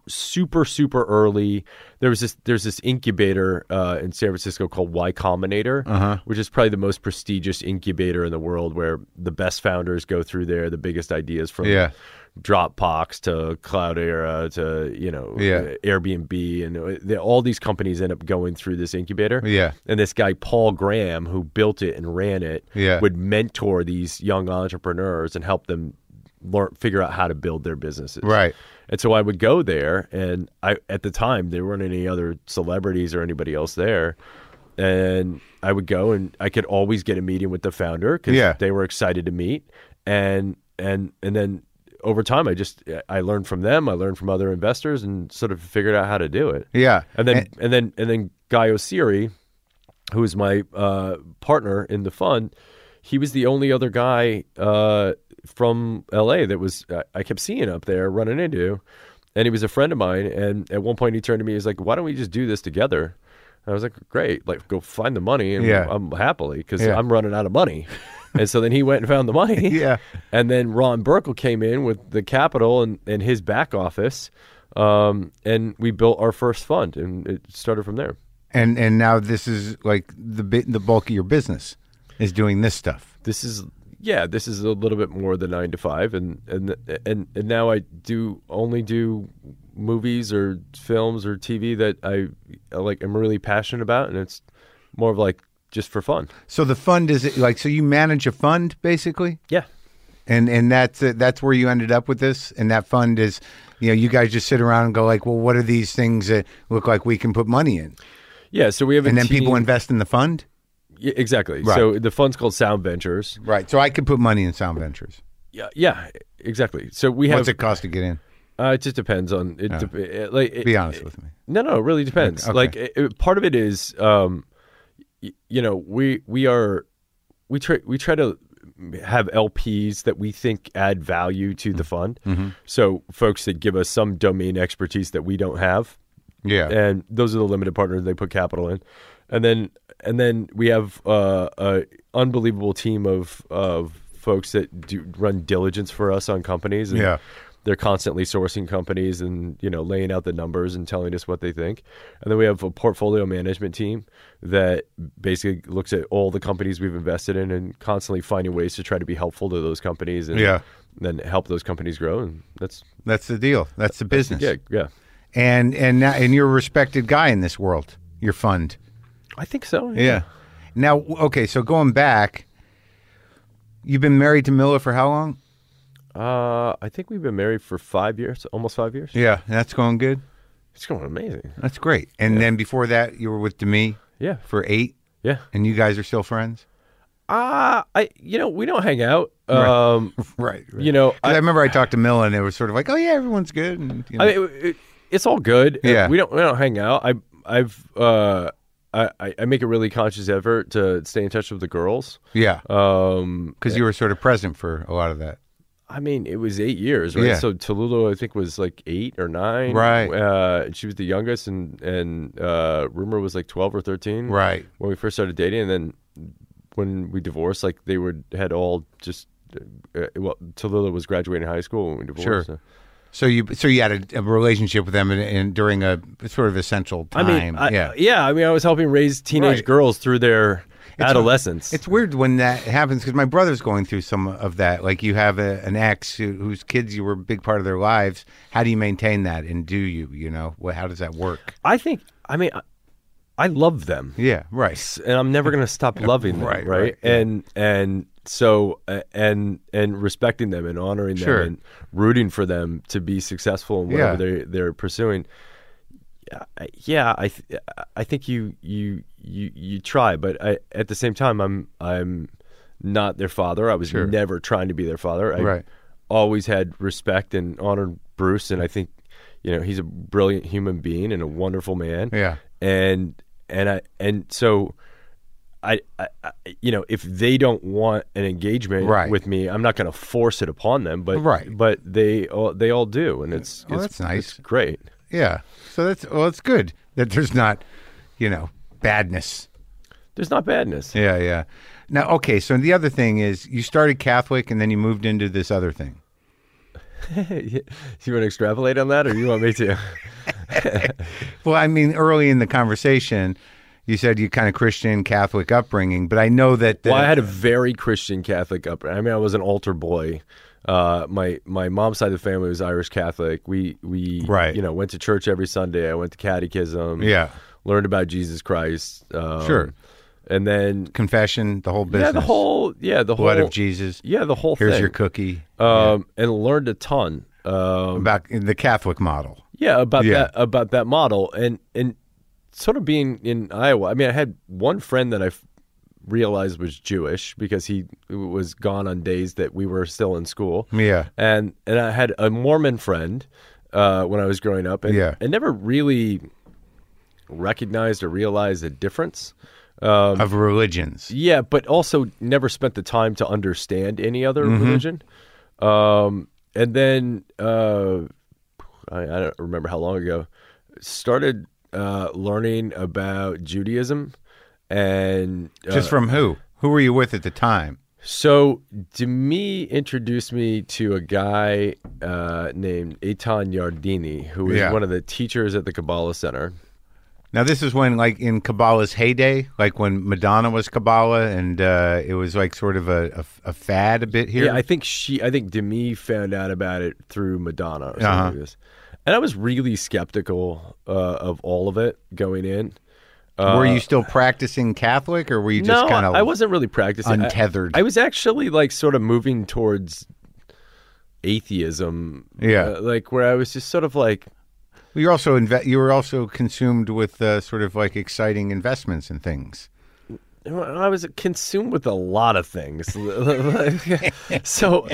[SPEAKER 2] super super early there was this there's this incubator uh, in san francisco called y combinator which is probably the most prestigious incubator in the world where the best founders go through there the biggest ideas from
[SPEAKER 3] Yeah.
[SPEAKER 2] dropbox to cloudera to you know
[SPEAKER 3] Yeah.
[SPEAKER 2] airbnb and uh, they- all these companies end up going through this incubator
[SPEAKER 3] Yeah.
[SPEAKER 2] and this guy paul graham who built it and ran it
[SPEAKER 3] Yeah.
[SPEAKER 2] would mentor these young entrepreneurs and help them learn figure out how to build their businesses
[SPEAKER 3] Right.
[SPEAKER 2] and so I would go there, and I at the time there weren't any other celebrities or anybody else there, and I would go, and I could always get a meeting with the founder because
[SPEAKER 3] Yeah.
[SPEAKER 2] they were excited to meet, and and and then over time I just I learned from them, I learned from other investors, and sort of figured out how to do it,
[SPEAKER 3] Yeah.
[SPEAKER 2] and then and, then and then Guy Osiri, who is my uh, partner in the fund, he was the only other guy uh, from LA that was I I kept seeing up there running into, and he was a friend of mine. And at one point, he turned to me, he's like, "Why don't we just do this together?" And I was like, "Great, like go find the money." And
[SPEAKER 3] Yeah.
[SPEAKER 2] I'm happily because
[SPEAKER 3] Yeah.
[SPEAKER 2] I'm running out of money. and so then he went and found the money.
[SPEAKER 3] Yeah.
[SPEAKER 2] And then Ron Burkle came in with the capital and, and his back office. Um, and we built our first fund and it started from there.
[SPEAKER 3] And and now this is like the bi- the bulk of your business is doing this stuff.
[SPEAKER 2] This is, yeah, this is a little bit more than nine to five. And, and, and, and now I do only do movies or films or TV that I like, I'm really passionate about. And it's more of like just for fun.
[SPEAKER 3] So the fund is like so you manage a fund basically,
[SPEAKER 2] Yeah.
[SPEAKER 3] and and that's uh, that's where you ended up with this. And that fund is, you know, you guys just sit around and go like, well, what are these things that look like we can put money in?
[SPEAKER 2] Yeah. So we have a
[SPEAKER 3] And then people
[SPEAKER 2] team-
[SPEAKER 3] invest in the fund.
[SPEAKER 2] y- exactly. So the fund's called Sound Ventures.
[SPEAKER 3] Right. So I could put money in Sound Ventures.
[SPEAKER 2] Yeah, yeah, exactly. So we have.
[SPEAKER 3] What's it cost to get in?
[SPEAKER 2] uh, it just depends on it. dep- it- like it-
[SPEAKER 3] Be honest with me.
[SPEAKER 2] No, no, it really depends. Like it, it- part of it is, um, y- you know, we we are we try we try to have LPs that we think add value to
[SPEAKER 3] Mm-hmm.
[SPEAKER 2] the fund. So folks that give us some domain expertise that we don't have,
[SPEAKER 3] Yeah.
[SPEAKER 2] and those are the limited partners they put capital in, and then and then we have uh, a unbelievable team of of folks that do run diligence for us on companies. And
[SPEAKER 3] Yeah.
[SPEAKER 2] They're constantly sourcing companies and you know laying out the numbers and telling us what they think, and then we have a portfolio management team that basically looks at all the companies we've invested in and constantly finding ways to try to be helpful to those companies and
[SPEAKER 3] Yeah.
[SPEAKER 2] then help those companies grow. And that's
[SPEAKER 3] That's the deal. That's the business.
[SPEAKER 2] yeah, yeah.
[SPEAKER 3] And and now, and you're a respected guy in this world. Your fund.
[SPEAKER 2] I think so.
[SPEAKER 3] Yeah. Now, okay, so going back, you've been married to Miller for how long?
[SPEAKER 2] Uh, I think we've been married for five years, almost five years.
[SPEAKER 3] Yeah, that's going good.
[SPEAKER 2] It's going amazing.
[SPEAKER 3] That's great. And then before that, you were with Demi
[SPEAKER 2] Yeah,
[SPEAKER 3] for eight,
[SPEAKER 2] yeah.
[SPEAKER 3] and you guys are still friends.
[SPEAKER 2] Uh, I, you know, we don't hang out. Um,
[SPEAKER 3] Right. right.
[SPEAKER 2] you know,
[SPEAKER 3] 'Cause I,
[SPEAKER 2] I,
[SPEAKER 3] remember I talked to Miller, and it was sort of like, oh yeah, everyone's good. And, you know,
[SPEAKER 2] I mean, it, it- it's all good. Uh,
[SPEAKER 3] Yeah.
[SPEAKER 2] we don't we don't hang out. I I've uh I I- I make a really conscious effort to stay in touch with the girls.
[SPEAKER 3] yeah,
[SPEAKER 2] Um,
[SPEAKER 3] because you were sort of present for a lot of that.
[SPEAKER 2] I mean, it was eight years, right?
[SPEAKER 3] Yeah.
[SPEAKER 2] So Tallulah, I think, was like eight or nine,
[SPEAKER 3] Right.
[SPEAKER 2] Uh, and she was the youngest, and and uh, rumor was like twelve or thirteen,
[SPEAKER 3] Right.
[SPEAKER 2] When we first started dating, and then when we divorced, like they were had all just. Uh, well, Tallulah was graduating high school when we divorced.
[SPEAKER 3] Sure.
[SPEAKER 2] so-
[SPEAKER 3] So you so you had a, a relationship with them, and, and during a sort of essential
[SPEAKER 2] I
[SPEAKER 3] time.
[SPEAKER 2] mean, I,
[SPEAKER 3] yeah.
[SPEAKER 2] yeah, I mean, I was helping raise teenage
[SPEAKER 3] Right.
[SPEAKER 2] girls through their adolescence.
[SPEAKER 3] It's weird when that happens because my brother's going through some of that. Like you have a, an ex who, whose kids you were a big part of their lives. How do you maintain that? And do you, you know, well, how does that work?
[SPEAKER 2] I think. I mean, I, I love them.
[SPEAKER 3] Yeah, right.
[SPEAKER 2] and I'm never going to stop loving them,
[SPEAKER 3] right,
[SPEAKER 2] right?
[SPEAKER 3] right, yeah.
[SPEAKER 2] And and so uh, and and respecting them and honoring them
[SPEAKER 3] Sure.
[SPEAKER 2] and rooting for them to be successful in whatever
[SPEAKER 3] Yeah.
[SPEAKER 2] they they're pursuing. Yeah, I- Yeah, I th- I think you you you you try, but I, at the same time I'm I'm not their father. I was never trying to be their father. I
[SPEAKER 3] Right.
[SPEAKER 2] always had respect and honored Bruce, and I think you know he's a brilliant human being and a wonderful man
[SPEAKER 3] Yeah.
[SPEAKER 2] and and I and so I, I, I you know if they don't want an engagement
[SPEAKER 3] Right.
[SPEAKER 2] with me, I'm not going to force it upon them. But
[SPEAKER 3] Right.
[SPEAKER 2] but they all, they all do, and it's
[SPEAKER 3] Oh,
[SPEAKER 2] it's,
[SPEAKER 3] that's nice.
[SPEAKER 2] it's great.
[SPEAKER 3] Yeah. So that's well, it's good that there's not, you know, badness.
[SPEAKER 2] There's not badness.
[SPEAKER 3] Yeah, yeah. Now, okay. So the other thing is, you started Catholic and then you moved into this other thing.
[SPEAKER 2] you want to extrapolate on that, or you want me to?
[SPEAKER 3] Well, I mean, early in the conversation, you said you kind of Christian Catholic upbringing, but I know that. The,
[SPEAKER 2] Well, I had a very Christian Catholic upbringing. I mean, I was an altar boy. Uh, my my mom's side of the family was Irish Catholic. We we
[SPEAKER 3] Right.
[SPEAKER 2] you know went to church every Sunday. I went to catechism.
[SPEAKER 3] Yeah.
[SPEAKER 2] learned about Jesus Christ. Um,
[SPEAKER 3] Sure.
[SPEAKER 2] and then
[SPEAKER 3] confession, the whole business.
[SPEAKER 2] yeah, the whole yeah the whole
[SPEAKER 3] blood of Jesus.
[SPEAKER 2] yeah the whole
[SPEAKER 3] Here's
[SPEAKER 2] thing.
[SPEAKER 3] your cookie.
[SPEAKER 2] um, and learned a ton. Um,
[SPEAKER 3] about the Catholic model.
[SPEAKER 2] yeah, about
[SPEAKER 3] Yeah.
[SPEAKER 2] that about that model, and and sort of being in Iowa. I mean, I had one friend that I f- realized was Jewish because he was gone on days that we were still in school.
[SPEAKER 3] Yeah.
[SPEAKER 2] and and I had a Mormon friend uh, when I was growing up, and
[SPEAKER 3] Yeah.
[SPEAKER 2] I never really recognized or realized the difference. Um,
[SPEAKER 3] of religions.
[SPEAKER 2] Yeah, but also never spent the time to understand any other
[SPEAKER 3] Mm-hmm.
[SPEAKER 2] religion. Um, and then uh, I, I don't remember how long ago started uh, learning about Judaism, and uh,
[SPEAKER 3] Just from who? Who were you with at the time?
[SPEAKER 2] so Demi introduced me to a guy uh, named Eitan Yardini, who was
[SPEAKER 3] Yeah.
[SPEAKER 2] one of the teachers at the Kabbalah Center.
[SPEAKER 3] Now this is when, like, in Kabbalah's heyday, like when Madonna was Kabbalah, and uh, it was like sort of a, a, a fad a bit here.
[SPEAKER 2] Yeah, I think she. I think Demi found out about it through Madonna or something
[SPEAKER 3] Uh-huh.
[SPEAKER 2] like this. And I was really skeptical uh, of all of it going in.
[SPEAKER 3] were you still practicing Catholic, or were you just
[SPEAKER 2] uh, no,
[SPEAKER 3] kind of?
[SPEAKER 2] I wasn't really practicing. I-
[SPEAKER 3] untethered.
[SPEAKER 2] I, was actually like sort of moving towards atheism.
[SPEAKER 3] Yeah.
[SPEAKER 2] uh, like where I was just sort of like,
[SPEAKER 3] You're also inve- you were also consumed with uh, sort of like exciting investments and things.
[SPEAKER 2] I was consumed with a lot of things. so,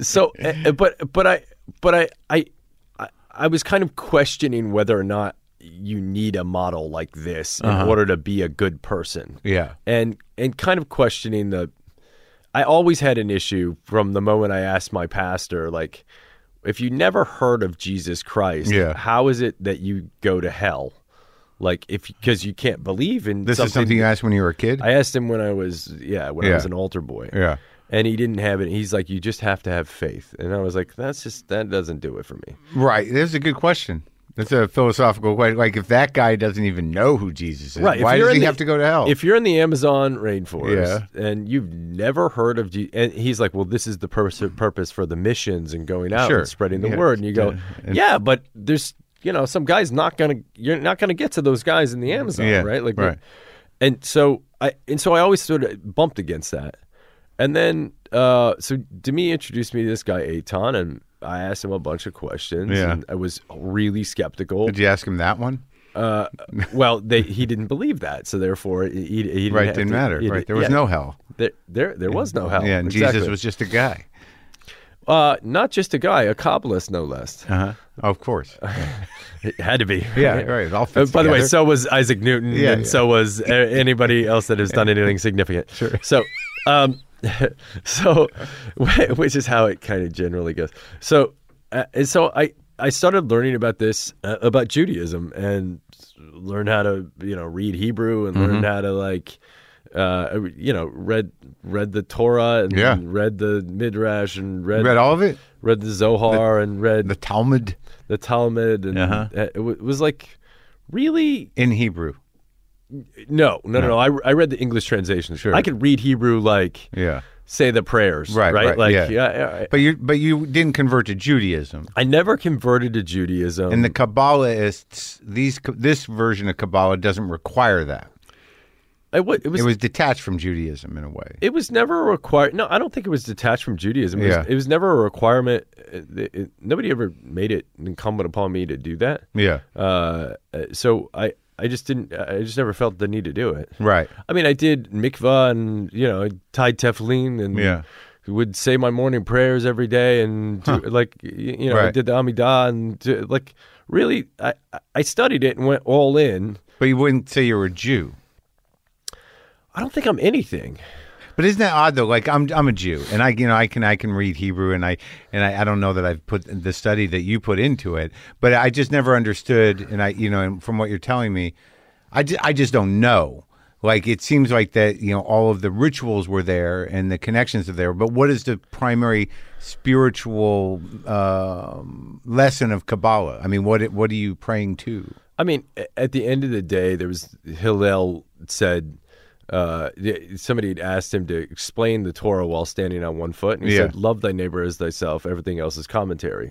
[SPEAKER 2] so, uh, but, but I, but I, I, I- I was kind of questioning whether or not you need a model like this in
[SPEAKER 3] Uh-huh.
[SPEAKER 2] order to be a good person.
[SPEAKER 3] Yeah.
[SPEAKER 2] And, and kind of questioning the, I always had an issue from the moment I asked my pastor, like, if you never heard of Jesus Christ,
[SPEAKER 3] Yeah.
[SPEAKER 2] how is it that you go to hell? Like, if, because you can't believe in
[SPEAKER 3] This is something you asked when you were a kid.
[SPEAKER 2] I asked him when I was yeah when I
[SPEAKER 3] Yeah.
[SPEAKER 2] was an altar boy.
[SPEAKER 3] Yeah.
[SPEAKER 2] And he didn't have it. He's like, you just have to have faith. And I was like, that's just that doesn't do it for me.
[SPEAKER 3] right. That's a good question. That's a philosophical question. Like if that guy doesn't even know who Jesus is,
[SPEAKER 2] if
[SPEAKER 3] why does
[SPEAKER 2] you're in
[SPEAKER 3] he
[SPEAKER 2] the-
[SPEAKER 3] have to go to hell?
[SPEAKER 2] If you're in the Amazon rainforest
[SPEAKER 3] Yeah.
[SPEAKER 2] and you've never heard of, Je- and he's like, well, this is the purpose purpose for the missions and going out
[SPEAKER 3] Sure.
[SPEAKER 2] and spreading the
[SPEAKER 3] Yeah.
[SPEAKER 2] word. And you go,
[SPEAKER 3] Yeah.
[SPEAKER 2] yeah, but there's you know some guys not gonna you're not gonna get to those guys in the Amazon,
[SPEAKER 3] Yeah,
[SPEAKER 2] right? Like,
[SPEAKER 3] right.
[SPEAKER 2] and so I and so I always sort of bumped against that. And then uh, so Demi introduced me to this guy Aton, and I asked him a bunch of questions.
[SPEAKER 3] Yeah.
[SPEAKER 2] and I was really skeptical.
[SPEAKER 3] Did you ask him that one?
[SPEAKER 2] Well, they, he didn't believe that, so therefore, he, he didn't
[SPEAKER 3] Right.
[SPEAKER 2] have
[SPEAKER 3] Didn't
[SPEAKER 2] to-
[SPEAKER 3] matter.
[SPEAKER 2] he-
[SPEAKER 3] Right. There was
[SPEAKER 2] yeah,
[SPEAKER 3] no hell.
[SPEAKER 2] there there, there was no hell.
[SPEAKER 3] Yeah. And
[SPEAKER 2] Exactly.
[SPEAKER 3] Jesus was just a guy.
[SPEAKER 2] uh, not just a guy, a Kabbalist, no less.
[SPEAKER 3] Uh-huh. Of course.
[SPEAKER 2] It had to be.
[SPEAKER 3] Yeah. Right. It all
[SPEAKER 2] Uh,
[SPEAKER 3] fits
[SPEAKER 2] by the way,
[SPEAKER 3] together.
[SPEAKER 2] so was Isaac Newton,
[SPEAKER 3] Yeah,
[SPEAKER 2] and
[SPEAKER 3] yeah.
[SPEAKER 2] so was uh, anybody else that has done anything significant. Sure. So, um, so, which is how it kind of generally goes. So, uh, and so I I started learning about this uh, about Judaism and learn how to you know read Hebrew and
[SPEAKER 3] Mm-hmm.
[SPEAKER 2] learn how to like. Uh, you know, read read the Torah and
[SPEAKER 3] Yeah.
[SPEAKER 2] read the Midrash and read
[SPEAKER 3] You read all of it.
[SPEAKER 2] read the Zohar and read
[SPEAKER 3] The Talmud
[SPEAKER 2] the Talmud, and
[SPEAKER 3] Uh-huh.
[SPEAKER 2] uh, it, w- it was like really
[SPEAKER 3] in Hebrew.
[SPEAKER 2] no, no, no, no. I, I read the English translation.
[SPEAKER 3] Sure.
[SPEAKER 2] I could read Hebrew like
[SPEAKER 3] Yeah.
[SPEAKER 2] say the prayers,
[SPEAKER 3] Right, right,
[SPEAKER 2] Like
[SPEAKER 3] yeah.
[SPEAKER 2] yeah, I,
[SPEAKER 3] But you but you didn't convert to Judaism.
[SPEAKER 2] I never converted to Judaism.
[SPEAKER 3] And the Kabbalists, these this version of Kabbalah doesn't require that.
[SPEAKER 2] I wa- it was
[SPEAKER 3] It was detached from Judaism in a way.
[SPEAKER 2] it was never a requirement. No, I don't think it was detached from Judaism. It,
[SPEAKER 3] Yeah.
[SPEAKER 2] was, it was never a requirement. It- it- nobody ever made it incumbent upon me to do that.
[SPEAKER 3] Yeah.
[SPEAKER 2] Uh, uh, so I, I just didn't. I just never felt the need to do it.
[SPEAKER 3] Right.
[SPEAKER 2] I mean, I did mikvah and you know, I tied tefillin and
[SPEAKER 3] Yeah.
[SPEAKER 2] would say my morning prayers every day and do, like y- you know, I
[SPEAKER 3] Right.
[SPEAKER 2] did the Amidah and do, like really, I I- I studied it and went all in.
[SPEAKER 3] But you wouldn't say you were a Jew.
[SPEAKER 2] I don't think I'm anything.
[SPEAKER 3] But isn't that odd though? Like I'm I'm a Jew and I you know I can I can read Hebrew and I and I, I don't know that I've put the study that you put into it, but I just never understood and I you know and from what you're telling me, I ju- I just don't know. Like it seems like that you know all of the rituals were there and the connections are there, but what is the primary spiritual um, lesson of Kabbalah? I mean, what what are you praying to?
[SPEAKER 2] I mean, a- at the end of the day, there was Hillel said uh, th- somebody had asked him to explain the Torah while standing on one foot, and he
[SPEAKER 3] Yeah.
[SPEAKER 2] said, "Love thy neighbor as thyself." Everything else is commentary,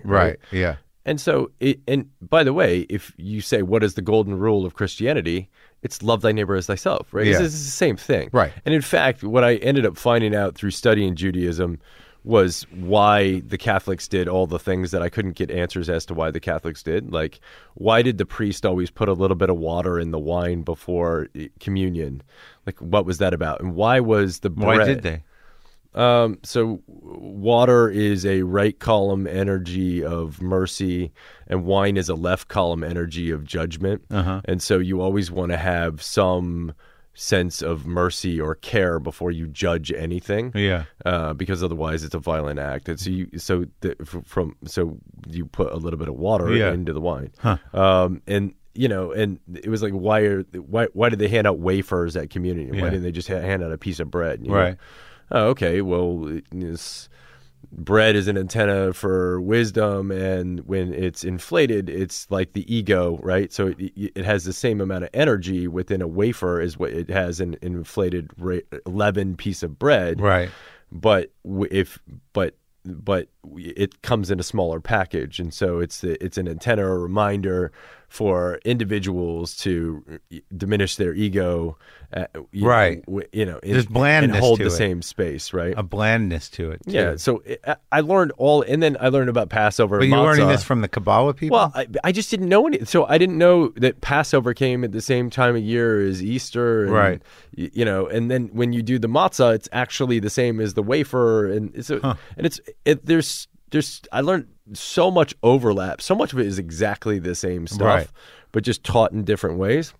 [SPEAKER 3] Yeah.
[SPEAKER 2] And so, it, and by the way, if you say what is the golden rule of Christianity, it's love thy neighbor as thyself, right?
[SPEAKER 3] Yeah.
[SPEAKER 2] This is the same thing,
[SPEAKER 3] Right.
[SPEAKER 2] And in fact, what I ended up finding out through studying Judaism was why the Catholics did all the things that I couldn't get answers as to why the Catholics did. Like, why did the priest always put a little bit of water in the wine before eh, communion? Like, what was that about? And why was the bread?
[SPEAKER 3] they?
[SPEAKER 2] Um, so w- water is a right column energy of mercy, and wine is a left column energy of judgment. And so you always want to have some sense of mercy or care before you judge anything.
[SPEAKER 3] Yeah.
[SPEAKER 2] Uh, because otherwise, it's a violent act, and so you so the, f- from so you put a little bit of water
[SPEAKER 3] Yeah.
[SPEAKER 2] into the wine, um, and you know, and it was like why are why why did they hand out wafers at communion? Why
[SPEAKER 3] Yeah.
[SPEAKER 2] didn't they just ha- hand out a piece of bread? you know?
[SPEAKER 3] Right.
[SPEAKER 2] oh, okay, well, it- this bread is an antenna for wisdom, and when it's inflated, it's like the ego, right? So it, it has the same amount of energy within a wafer as what it has an inflated ra- leavened piece of bread,
[SPEAKER 3] Right.
[SPEAKER 2] But w- if but but it comes in a smaller package, and so it's the, it's an antenna or reminder for individuals to uh, diminish their ego, uh, you
[SPEAKER 3] Right.
[SPEAKER 2] Know, w- you know, in-
[SPEAKER 3] There's blandness
[SPEAKER 2] and hold
[SPEAKER 3] to
[SPEAKER 2] the
[SPEAKER 3] it.
[SPEAKER 2] same space, right?
[SPEAKER 3] a blandness to it. too.
[SPEAKER 2] yeah. So I- I learned all, and then I learned about Passover.
[SPEAKER 3] But
[SPEAKER 2] and
[SPEAKER 3] you're learning
[SPEAKER 2] matzah.
[SPEAKER 3] this from the Kabbalah people?
[SPEAKER 2] Well, I, I just didn't know any. So I didn't know that Passover came at the same time of year as Easter. And,
[SPEAKER 3] Right.
[SPEAKER 2] y- You know, and then when you do the matzah, it's actually the same as the wafer, and it's a, and it's it, there's there's I learned so much overlap. So much of it is exactly the same stuff,
[SPEAKER 3] Right.
[SPEAKER 2] but just taught in different ways.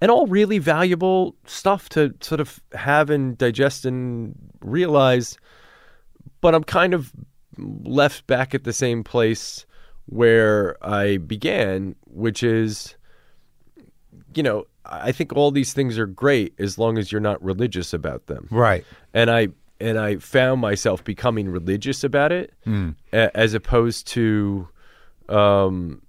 [SPEAKER 2] And all really valuable stuff to sort of have and digest and realize but I'm kind of left back at the same place where I began, which is, you know, I think all these things are great as long as you're not religious about them.
[SPEAKER 3] right.
[SPEAKER 2] And I and I found myself becoming religious about it,
[SPEAKER 3] Hmm.
[SPEAKER 2] a- as opposed to, um,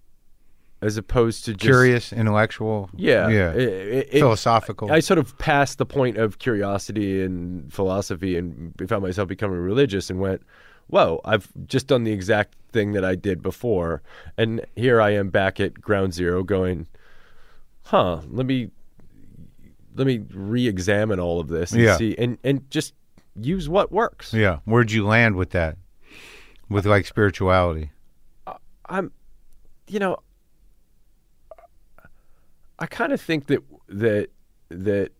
[SPEAKER 2] as opposed to just,
[SPEAKER 3] Curious, intellectual.
[SPEAKER 2] Yeah,
[SPEAKER 3] Yeah.
[SPEAKER 2] It- it- it-
[SPEAKER 3] Philosophical.
[SPEAKER 2] I sort of passed the point of curiosity and philosophy and found myself becoming religious and went, whoa, I've just done the exact thing that I did before. And here I am back at ground zero going, huh, let me let me re-examine all of this and
[SPEAKER 3] Yeah.
[SPEAKER 2] see and, and just use what works.
[SPEAKER 3] yeah. Where'd you land with that? With like spirituality?
[SPEAKER 2] I'm, you know, I kind of think that that that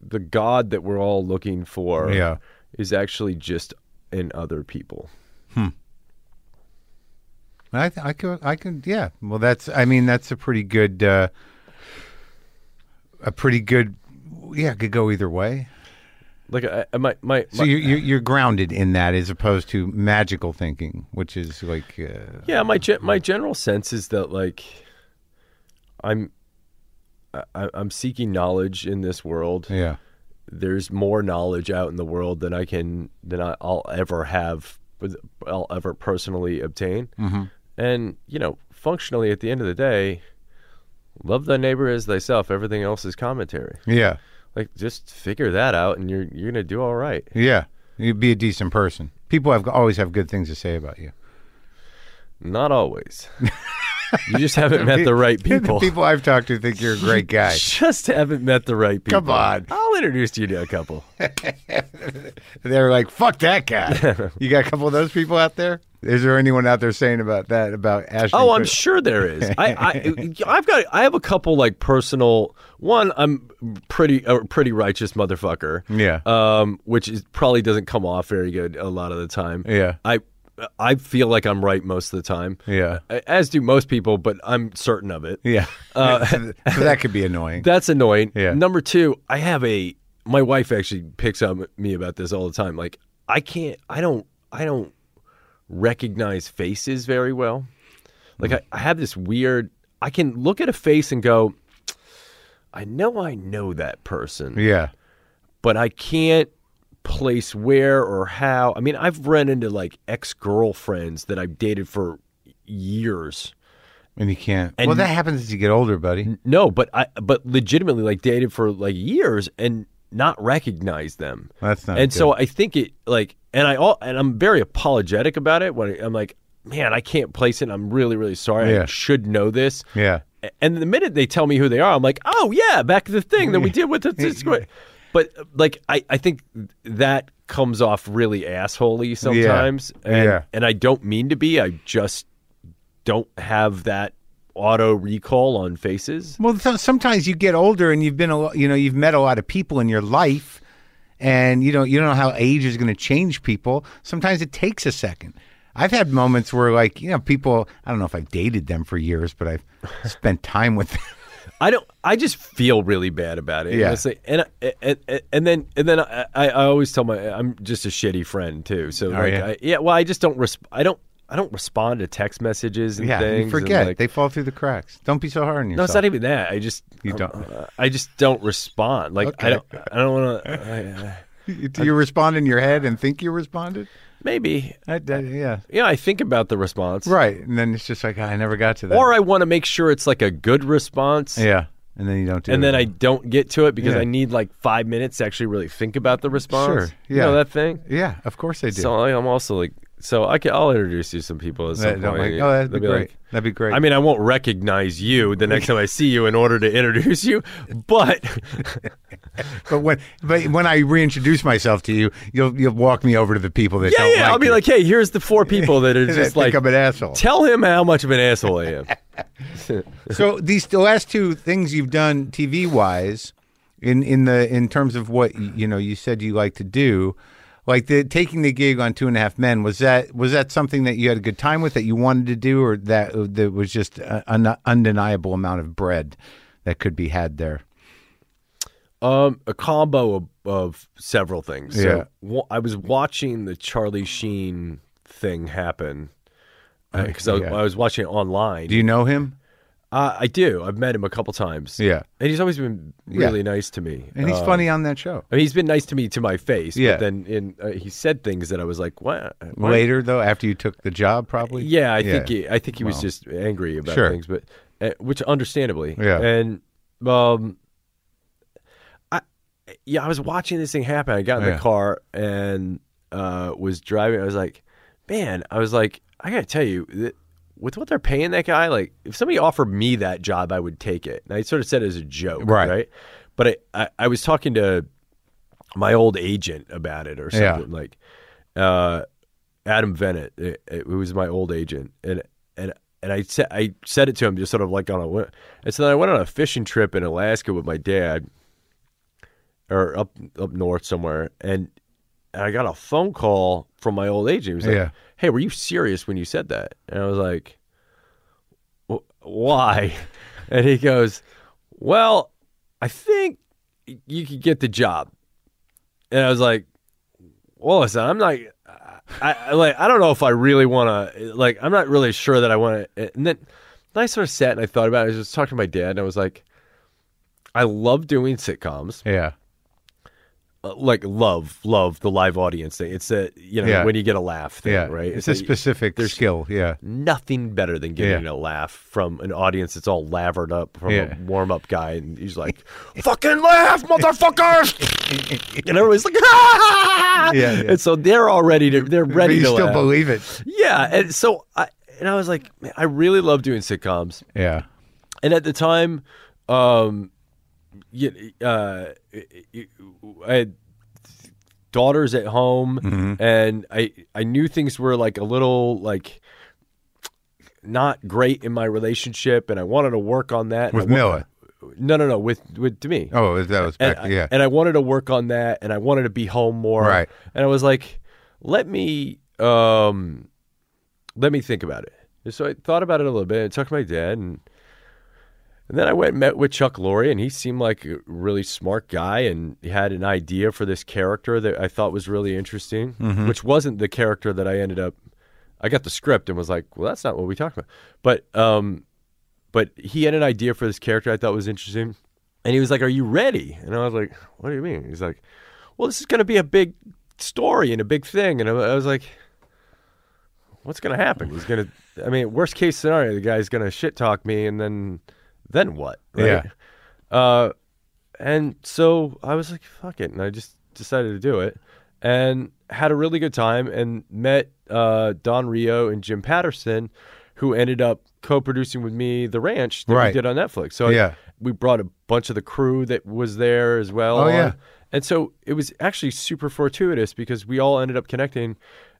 [SPEAKER 2] the God that we're all looking for
[SPEAKER 3] Yeah.
[SPEAKER 2] is actually just in other people.
[SPEAKER 3] I, th- I could, I could, yeah. Well, that's, I mean, that's a pretty good, uh, a pretty good, yeah, it could go either way.
[SPEAKER 2] Like I, I- my my,
[SPEAKER 3] So
[SPEAKER 2] my-
[SPEAKER 3] you, you, you're grounded in that as opposed to magical thinking, which is like, uh,
[SPEAKER 2] yeah, my ge- my general sense is that like I'm I, I'm seeking knowledge in this world.
[SPEAKER 3] yeah,
[SPEAKER 2] there's more knowledge out in the world than I can than I- I'll ever have I'll ever personally obtain. Mm-hmm. And you know, functionally, at the end of the day, love thy neighbor as thyself. Everything else is commentary.
[SPEAKER 3] yeah,
[SPEAKER 2] Like just figure that out, and you're you're gonna do all right.
[SPEAKER 3] yeah. You'd be a decent person. People have always have good things to say about you.
[SPEAKER 2] Not always. you just haven't met the right people.
[SPEAKER 3] the people I've talked to think you're a great guy.
[SPEAKER 2] Just haven't met the right people.
[SPEAKER 3] Come on.
[SPEAKER 2] I'll introduce you to a couple.
[SPEAKER 3] They're like, fuck that guy. you got a couple of those people out there? Is there anyone out there saying about that about Ashton?
[SPEAKER 2] Oh, I'm
[SPEAKER 3] Kut-
[SPEAKER 2] sure there is. I, I, I've got, I have a couple like personal. One, I'm pretty, a pretty righteous motherfucker.
[SPEAKER 3] Yeah.
[SPEAKER 2] Um, which is probably doesn't come off very good a lot of the time.
[SPEAKER 3] Yeah.
[SPEAKER 2] I, I feel like I'm right most of the time.
[SPEAKER 3] Yeah.
[SPEAKER 2] As do most people, but I'm certain of it.
[SPEAKER 3] Yeah.
[SPEAKER 2] uh,
[SPEAKER 3] so, so that could be annoying.
[SPEAKER 2] That's annoying.
[SPEAKER 3] Yeah.
[SPEAKER 2] Number two, I have a. My wife actually picks on me about this all the time. Like, I can't. I don't. I don't recognize faces very well.
[SPEAKER 3] Hmm.
[SPEAKER 2] Like, I, I have this weird. I can look at a face and go, I know I know that person
[SPEAKER 3] yeah.
[SPEAKER 2] but I can't place where or how. I mean, I've run into like ex girlfriends that I've dated for years.
[SPEAKER 3] And you can't.
[SPEAKER 2] And-
[SPEAKER 3] well, that happens as you get older, buddy.
[SPEAKER 2] No, but I but legitimately like dated for like years and not recognize them.
[SPEAKER 3] That's not.
[SPEAKER 2] and
[SPEAKER 3] Ah, good.
[SPEAKER 2] so I think it like and I all and I'm very apologetic about it when I, I'm like, man, I can't place it. I'm really really sorry.
[SPEAKER 3] Yeah.
[SPEAKER 2] I should know this.
[SPEAKER 3] Yeah.
[SPEAKER 2] A- And the minute they tell me who they are, I'm like, oh yeah, back to the thing that we did with the, this. But like, I, I think that comes off really assholey sometimes, and
[SPEAKER 3] Yeah.
[SPEAKER 2] and I don't mean to be. I just don't have that auto recall on faces.
[SPEAKER 3] Well, so- sometimes you get older and you've been a lo- you know you've met a lot of people in your life, and you don't you don't know how age is going to change people. Sometimes it takes a second. I've had moments where like you know people I don't know if I've dated them for years, but I've spent time with them.
[SPEAKER 2] I don't. I just feel really bad about it.
[SPEAKER 3] Yeah.
[SPEAKER 2] honestly. And, I- and and and then and then I, I I always tell my I'm just a shitty friend too. So like
[SPEAKER 3] Oh, yeah?
[SPEAKER 2] I, yeah, well I just don't resp- I don't I don't respond to text messages and
[SPEAKER 3] Yeah,
[SPEAKER 2] things.
[SPEAKER 3] you
[SPEAKER 2] and,
[SPEAKER 3] forget
[SPEAKER 2] like-
[SPEAKER 3] they fall through the cracks. Don't be so hard on yourself.
[SPEAKER 2] No, it's not even that. I just
[SPEAKER 3] You
[SPEAKER 2] um,
[SPEAKER 3] don't-
[SPEAKER 2] uh, I just don't respond. Like I
[SPEAKER 3] Okay.
[SPEAKER 2] don't. I don't uh, want to.
[SPEAKER 3] You- Do you respond in your head and think you responded?
[SPEAKER 2] Maybe.
[SPEAKER 3] I, that- yeah,
[SPEAKER 2] Yeah, I think about the response,
[SPEAKER 3] right. And then it's just like "Ah, I never got to that.
[SPEAKER 2] or I want to make sure it's like a good response.
[SPEAKER 3] yeah, and then you don't do.
[SPEAKER 2] And
[SPEAKER 3] it.
[SPEAKER 2] then I don't get to it because
[SPEAKER 3] Yeah.
[SPEAKER 2] I need like five minutes to actually really think about the response.
[SPEAKER 3] Sure,
[SPEAKER 2] You know
[SPEAKER 3] yeah.
[SPEAKER 2] that thing.
[SPEAKER 3] yeah, of course I do.
[SPEAKER 2] So I- I'm also like So I can, I'll introduce you to some people at some
[SPEAKER 3] That- I'm
[SPEAKER 2] point.
[SPEAKER 3] like, oh, that'd
[SPEAKER 2] They'll
[SPEAKER 3] be great.
[SPEAKER 2] like-
[SPEAKER 3] that'd be great.
[SPEAKER 2] I mean, I won't recognize you the next time I see you in order to introduce you, but
[SPEAKER 3] but when but when I reintroduce myself to you, you'll you'll walk me over to the people that
[SPEAKER 2] yeah,
[SPEAKER 3] don't
[SPEAKER 2] yeah, I'll
[SPEAKER 3] like
[SPEAKER 2] be
[SPEAKER 3] you.
[SPEAKER 2] like, hey, here's the four people that are
[SPEAKER 3] That
[SPEAKER 2] just
[SPEAKER 3] think
[SPEAKER 2] like,
[SPEAKER 3] I'm an asshole.
[SPEAKER 2] tell him how much of an asshole I am.
[SPEAKER 3] so these the last two things you've done TV wise, in in the in terms of what y- you know you said you like to do, like the taking the gig on Two and a Half Men was that was that something that you had a good time with that you wanted to do or that uh, that was just a- an undeniable amount of bread that could be had there.
[SPEAKER 2] Um, a combo of, of several things. So,
[SPEAKER 3] Yeah.
[SPEAKER 2] wa- I was watching the Charlie Sheen thing happen because I,
[SPEAKER 3] Yeah.
[SPEAKER 2] I was watching it online.
[SPEAKER 3] Do you know him?
[SPEAKER 2] uh, I do. I've met him a couple times.
[SPEAKER 3] Yeah.
[SPEAKER 2] and he's always been really nice to me.
[SPEAKER 3] And he's
[SPEAKER 2] Uh,
[SPEAKER 3] funny on that show.
[SPEAKER 2] I mean, he's been nice to me to my face.
[SPEAKER 3] Yeah.
[SPEAKER 2] But then in uh, he said things that I was like, what? Why-
[SPEAKER 3] Later though, after you took the job, probably.
[SPEAKER 2] Yeah, I
[SPEAKER 3] Yeah.
[SPEAKER 2] think he, I think he was just angry about
[SPEAKER 3] Sure.
[SPEAKER 2] things, but uh, which understandably.
[SPEAKER 3] Yeah.
[SPEAKER 2] And um, I yeah, I was watching this thing happen. I got in
[SPEAKER 3] Yeah.
[SPEAKER 2] the car and uh, was driving. I was like, man, I was like, I gotta tell you. Th- with what they're paying that guy, like if somebody offered me that job, I would take it. And I sort of said it as a joke,
[SPEAKER 3] Right.
[SPEAKER 2] But I, I, I was talking to my old agent about it or
[SPEAKER 3] Yeah.
[SPEAKER 2] something like uh, Adam Bennett. It, it was my old agent, and and and I said I said it to him just sort of like on a and so then I went on a fishing trip in Alaska with my dad, or up up north somewhere, and and I got a phone call from my old agent. He was like,
[SPEAKER 3] Yeah.
[SPEAKER 2] "Hey, were you serious when you said that?" And I was like, "Wh- "Why?" And he goes, "Well, I think you could get the job." And I was like, "Well, listen, I'm not." I, I like I don't know if I really want to like I'm not really sure that I want to and then then I sort of sat and I thought about it I was just talking to my dad and I was like I love doing sitcoms
[SPEAKER 3] Yeah.
[SPEAKER 2] Uh, like love love the live audience thing it's a you know
[SPEAKER 3] Yeah.
[SPEAKER 2] when you get a laugh ththing
[SPEAKER 3] Yeah.
[SPEAKER 2] right
[SPEAKER 3] It's,
[SPEAKER 2] like,
[SPEAKER 3] a specific skill. Yeah.
[SPEAKER 2] nothing better than getting
[SPEAKER 3] Yeah.
[SPEAKER 2] a laugh from an audience that's all lathered up from
[SPEAKER 3] Yeah.
[SPEAKER 2] a warm up guy, and he's like, "Fucking laugh, motherfuckers!" and everybody's like, "Ah!"
[SPEAKER 3] Yeah, yeah.
[SPEAKER 2] And so they're already to, they're
[SPEAKER 3] But
[SPEAKER 2] ready
[SPEAKER 3] you
[SPEAKER 2] to
[SPEAKER 3] still
[SPEAKER 2] laugh.
[SPEAKER 3] believe it.
[SPEAKER 2] yeah, and so I and I was like, Man, I really love doing sitcoms,
[SPEAKER 3] Yeah.
[SPEAKER 2] and at the time, um, you, uh, I had daughters at home, and I I knew things were like a little like not great in my relationship, and I wanted to work on that.
[SPEAKER 3] With
[SPEAKER 2] And I wa-
[SPEAKER 3] Miller.
[SPEAKER 2] no, no, no, with with me.
[SPEAKER 3] Oh, that was
[SPEAKER 2] and, uh,
[SPEAKER 3] back.
[SPEAKER 2] I-
[SPEAKER 3] yeah.
[SPEAKER 2] and I wanted to work on that, and I wanted to be home more.
[SPEAKER 3] Right.
[SPEAKER 2] And I was like, let me um, let me think about it. And so I thought about it a little bit. I talked to my dad, and and then I went and met with Chuck Lorre, and he seemed like a really smart guy, and he had an idea for this character that I thought was really interesting,
[SPEAKER 3] Mm-hmm.
[SPEAKER 2] which wasn't the character that I ended up. I got the script and was like, well, that's not what we talked about, but um, but he had an idea for this character I thought was interesting. And he was like, Are you ready? And I was like, What do you mean? He's like, Well, this is going to be a big story and a big thing. And I, I was like, What's going to happen? He's going to, I mean, worst case scenario, the guy's going to shit talk me and then, then what? Right. Yeah. Uh, and so I was like, Fuck it. And I just decided to do it and had a really good time and met uh, Don Rio and Jim Patterson, who ended up co producing with me The Ranch that
[SPEAKER 3] Right.
[SPEAKER 2] we did on Netflix. So
[SPEAKER 3] Yeah.
[SPEAKER 2] we brought a bunch of the crew that was there as well.
[SPEAKER 3] Oh,
[SPEAKER 2] on.
[SPEAKER 3] yeah.
[SPEAKER 2] And so it was actually super fortuitous because we all ended up connecting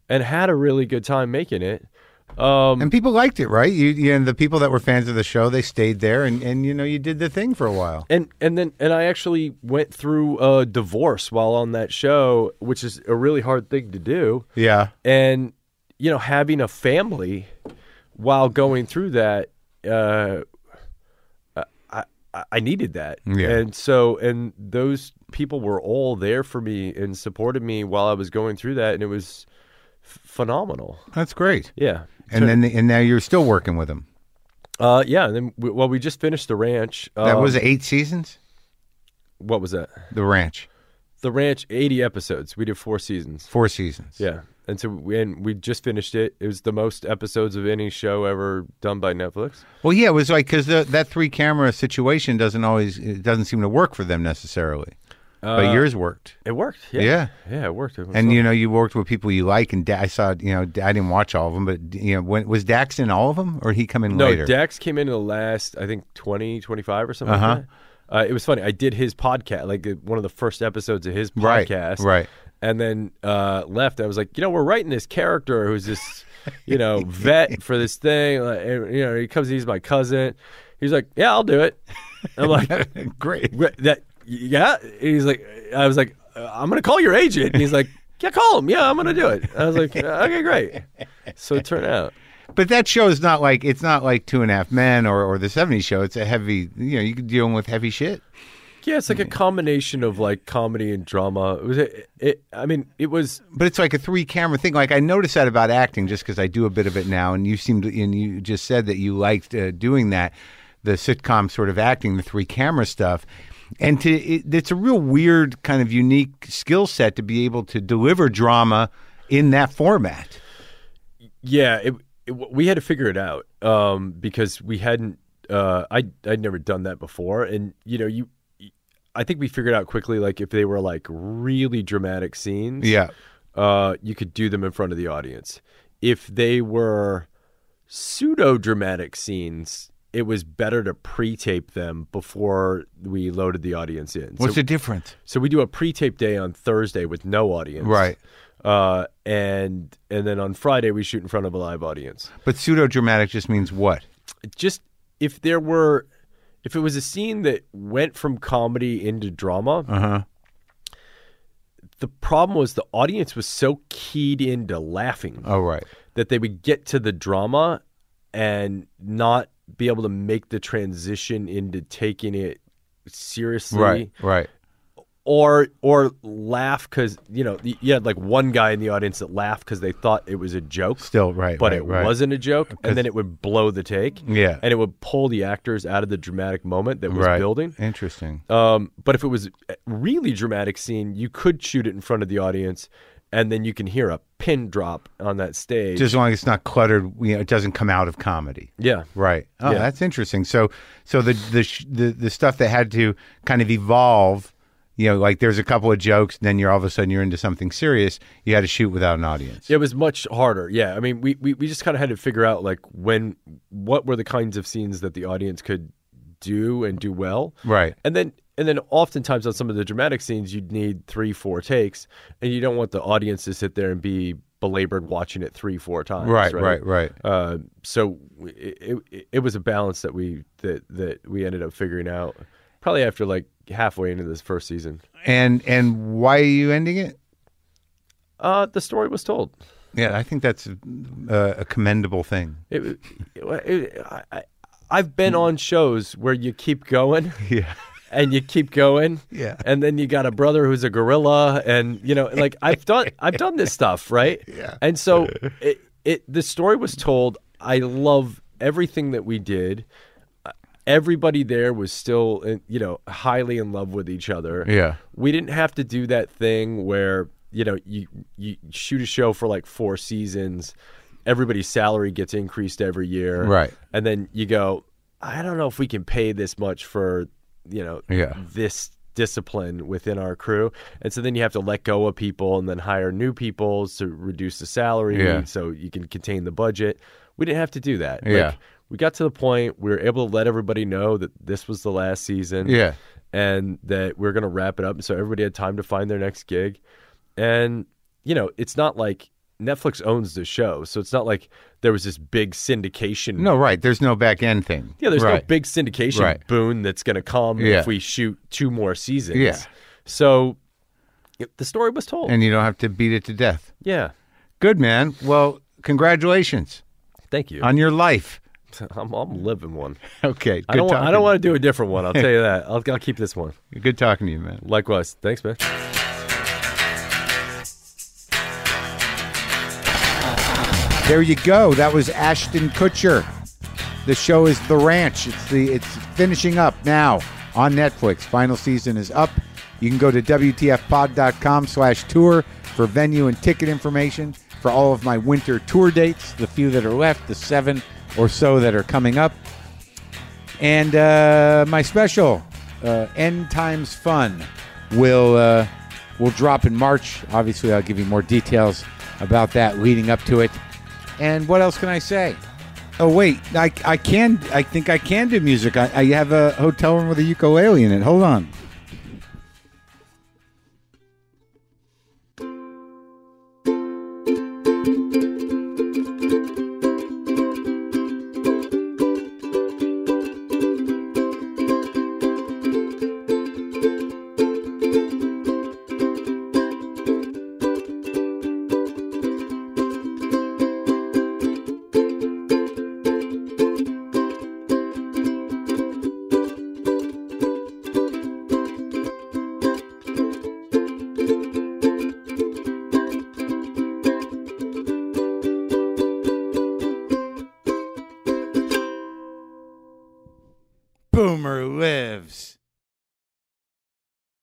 [SPEAKER 2] and had a really good time making it. Um,
[SPEAKER 3] And people liked it, right? You, you and the people that were fans of the show, they stayed there, and, and you know you did the thing for a while.
[SPEAKER 2] and and then and I actually went through a divorce while on that show, which is a really hard thing to do.
[SPEAKER 3] Yeah,
[SPEAKER 2] and you know having a family while going through that uh i i, I needed that
[SPEAKER 3] Yeah.
[SPEAKER 2] and so and those people were all there for me and supported me while i was going through that and it was f- phenomenal
[SPEAKER 3] that's great.
[SPEAKER 2] yeah
[SPEAKER 3] And then and now you're still working with them.
[SPEAKER 2] uh yeah and then we, well we just finished the ranch
[SPEAKER 3] That
[SPEAKER 2] Um,
[SPEAKER 3] was eight seasons.
[SPEAKER 2] what was that
[SPEAKER 3] The Ranch,
[SPEAKER 2] the ranch 80 episodes we did four seasons
[SPEAKER 3] four seasons.
[SPEAKER 2] yeah and so we, and we just finished it it was the most episodes of any show ever done by netflix
[SPEAKER 3] Well, yeah, it was like because that three camera situation doesn't always it doesn't seem to work for them necessarily. but yours worked.
[SPEAKER 2] It worked. Uh, Yeah.
[SPEAKER 3] Yeah.
[SPEAKER 2] Yeah, it worked. It was
[SPEAKER 3] And you know, you worked with people you like, and da- I saw, you know, I didn't watch all of them, but you know, when, was Dax in all of them, or did he come in
[SPEAKER 2] No,
[SPEAKER 3] later?
[SPEAKER 2] Dax came in the last, I think, 20, 25 or something
[SPEAKER 3] Uh-huh.
[SPEAKER 2] like that. Uh, it was funny. I did his podcast, like uh, one of the first episodes of his
[SPEAKER 3] Right,
[SPEAKER 2] podcast.
[SPEAKER 3] right.
[SPEAKER 2] And then uh, left. I was like, you know, we're writing this character who's this, you know, vet for this thing. Like, and, you know, he comes, he's my cousin. He's like, yeah, I'll do it. I'm like,
[SPEAKER 3] Great.
[SPEAKER 2] Wh- that yeah And he's like i was like uh, i'm gonna call your agent and he's like yeah call him yeah i'm gonna do it i was like uh, okay great so it turned out
[SPEAKER 3] But that show is not like it's not like Two and a Half Men or or the '70s show. It's a heavy, you know, you could dealing with heavy shit.
[SPEAKER 2] yeah it's like a combination of like comedy and drama it was it, it i mean it was
[SPEAKER 3] But it's like a three camera thing. Like I noticed that about acting, just because I do a bit of it now, and you seemed and you just said that you liked uh, doing that, the sitcom sort of acting, the three camera stuff. And to it, it's a real weird kind of unique skill set to be able to deliver drama in that format.
[SPEAKER 2] yeah it, it we had to figure it out um because we hadn't uh i i'd never done that before and you know you i think we figured out quickly like if they were like really dramatic scenes uh, you could do them in front of the audience. If they were pseudo dramatic scenes, it was better to pre tape them before we loaded the audience in.
[SPEAKER 3] What's
[SPEAKER 2] so,
[SPEAKER 3] the difference?
[SPEAKER 2] so we do a pre tape day on Thursday with no audience.
[SPEAKER 3] Right.
[SPEAKER 2] Uh, and and then on Friday we shoot in front of a live audience.
[SPEAKER 3] But pseudo dramatic just means what?
[SPEAKER 2] Just if there were, if it was a scene that went from comedy into drama,
[SPEAKER 3] Uh-huh.
[SPEAKER 2] the problem was the audience was so keyed into laughing.
[SPEAKER 3] Oh right.
[SPEAKER 2] that they would get to the drama and not be able to make the transition into taking it seriously
[SPEAKER 3] Right. Right.
[SPEAKER 2] or or laugh because you know y- you had like one guy in the audience that laughed because they thought it was a joke
[SPEAKER 3] Still right.
[SPEAKER 2] but
[SPEAKER 3] right,
[SPEAKER 2] it
[SPEAKER 3] right.
[SPEAKER 2] wasn't a joke and then it would blow the take
[SPEAKER 3] Yeah.
[SPEAKER 2] and it would pull the actors out of the dramatic moment that was
[SPEAKER 3] right.
[SPEAKER 2] building
[SPEAKER 3] Interesting.
[SPEAKER 2] um, but if it was a really dramatic scene you could shoot it in front of the audience and then you can hear a pin drop on that stage
[SPEAKER 3] Just as long as it's not cluttered, you know, it doesn't come out of comedy.
[SPEAKER 2] yeah
[SPEAKER 3] Right. Oh,
[SPEAKER 2] Yeah.
[SPEAKER 3] that's interesting. So, so the the, sh- the the stuff that had to kind of evolve, you know, like there's a couple of jokes, and then you're all of a sudden you're into something serious. You had to shoot without an audience.
[SPEAKER 2] It was much harder. Yeah. I mean, we, we, we just kind of had to figure out like when, what were the kinds of scenes that the audience could do and do well.
[SPEAKER 3] Right.
[SPEAKER 2] And then, and then oftentimes on some of the dramatic scenes, you'd need three, four takes and you don't want the audience to sit there and be belabored watching it three, four times.
[SPEAKER 3] Right, right, right.
[SPEAKER 2] Uh, so it, it, it was a balance that we, that, that we ended up figuring out probably after like halfway into this first season.
[SPEAKER 3] And and why are you ending it?
[SPEAKER 2] Uh, the story was told.
[SPEAKER 3] Yeah, I think that's a, a commendable thing.
[SPEAKER 2] It, it, it, I, I- I've been on shows where you keep going.
[SPEAKER 3] Yeah.
[SPEAKER 2] And you keep going,
[SPEAKER 3] Yeah.
[SPEAKER 2] And then you got a brother who's a gorilla, and you know, like I've done, I've done this stuff, right? Yeah. And so, it, it the story was told. I love everything that we did. Uh, Everybody there was still, uh, you know, highly in love with each other
[SPEAKER 3] Yeah.
[SPEAKER 2] we didn't have to do that thing where you know you you shoot a show for like four seasons everybody's salary gets increased every year
[SPEAKER 3] Right.
[SPEAKER 2] and then you go i don't know if we can pay this much for you know
[SPEAKER 3] Yeah.
[SPEAKER 2] this discipline within our crew and so then you have to let go of people and then hire new people to reduce the salary
[SPEAKER 3] Yeah.
[SPEAKER 2] so you can contain the budget we didn't have to do that Like,
[SPEAKER 3] Yeah.
[SPEAKER 2] we got to the point we were able to let everybody know that this was the last season
[SPEAKER 3] Yeah.
[SPEAKER 2] and that we're going to wrap it up. And so everybody had time to find their next gig. And, you know, it's not like Netflix owns the show. So it's not like there was this big syndication.
[SPEAKER 3] No, right. There's no back end thing.
[SPEAKER 2] Yeah, there's
[SPEAKER 3] right.
[SPEAKER 2] no big syndication
[SPEAKER 3] Right.
[SPEAKER 2] boon that's going to come
[SPEAKER 3] Yeah.
[SPEAKER 2] if we shoot two more seasons.
[SPEAKER 3] Yeah.
[SPEAKER 2] So it- the story was told.
[SPEAKER 3] And you don't have to beat it to death.
[SPEAKER 2] yeah.
[SPEAKER 3] Good man. Well, congratulations
[SPEAKER 2] Thank you.
[SPEAKER 3] on your life.
[SPEAKER 2] I'm, I'm living one.
[SPEAKER 3] Okay. Good
[SPEAKER 2] I don't, want, I
[SPEAKER 3] talking-
[SPEAKER 2] don't want to do a different one. I'll tell you that. I'll, I'll keep this one.
[SPEAKER 3] Good talking to you, man.
[SPEAKER 2] Likewise. Thanks, man.
[SPEAKER 1] There you go. That was Ashton Kutcher. The show is The Ranch. It's the it's finishing up now on Netflix. Final season is up. You can go to WTFpod.com slash tour for venue and ticket information for all of my winter tour dates, the few that are left, the seven or so that are coming up. And uh, my special, uh, End Times Fun, will uh, will drop in March. Obviously, I'll give you more details about that leading up to it. And what else can I say? Oh wait, I, I can I think I can do music. I, I have a hotel room with a ukulele in it. Hold on. Boomer lives.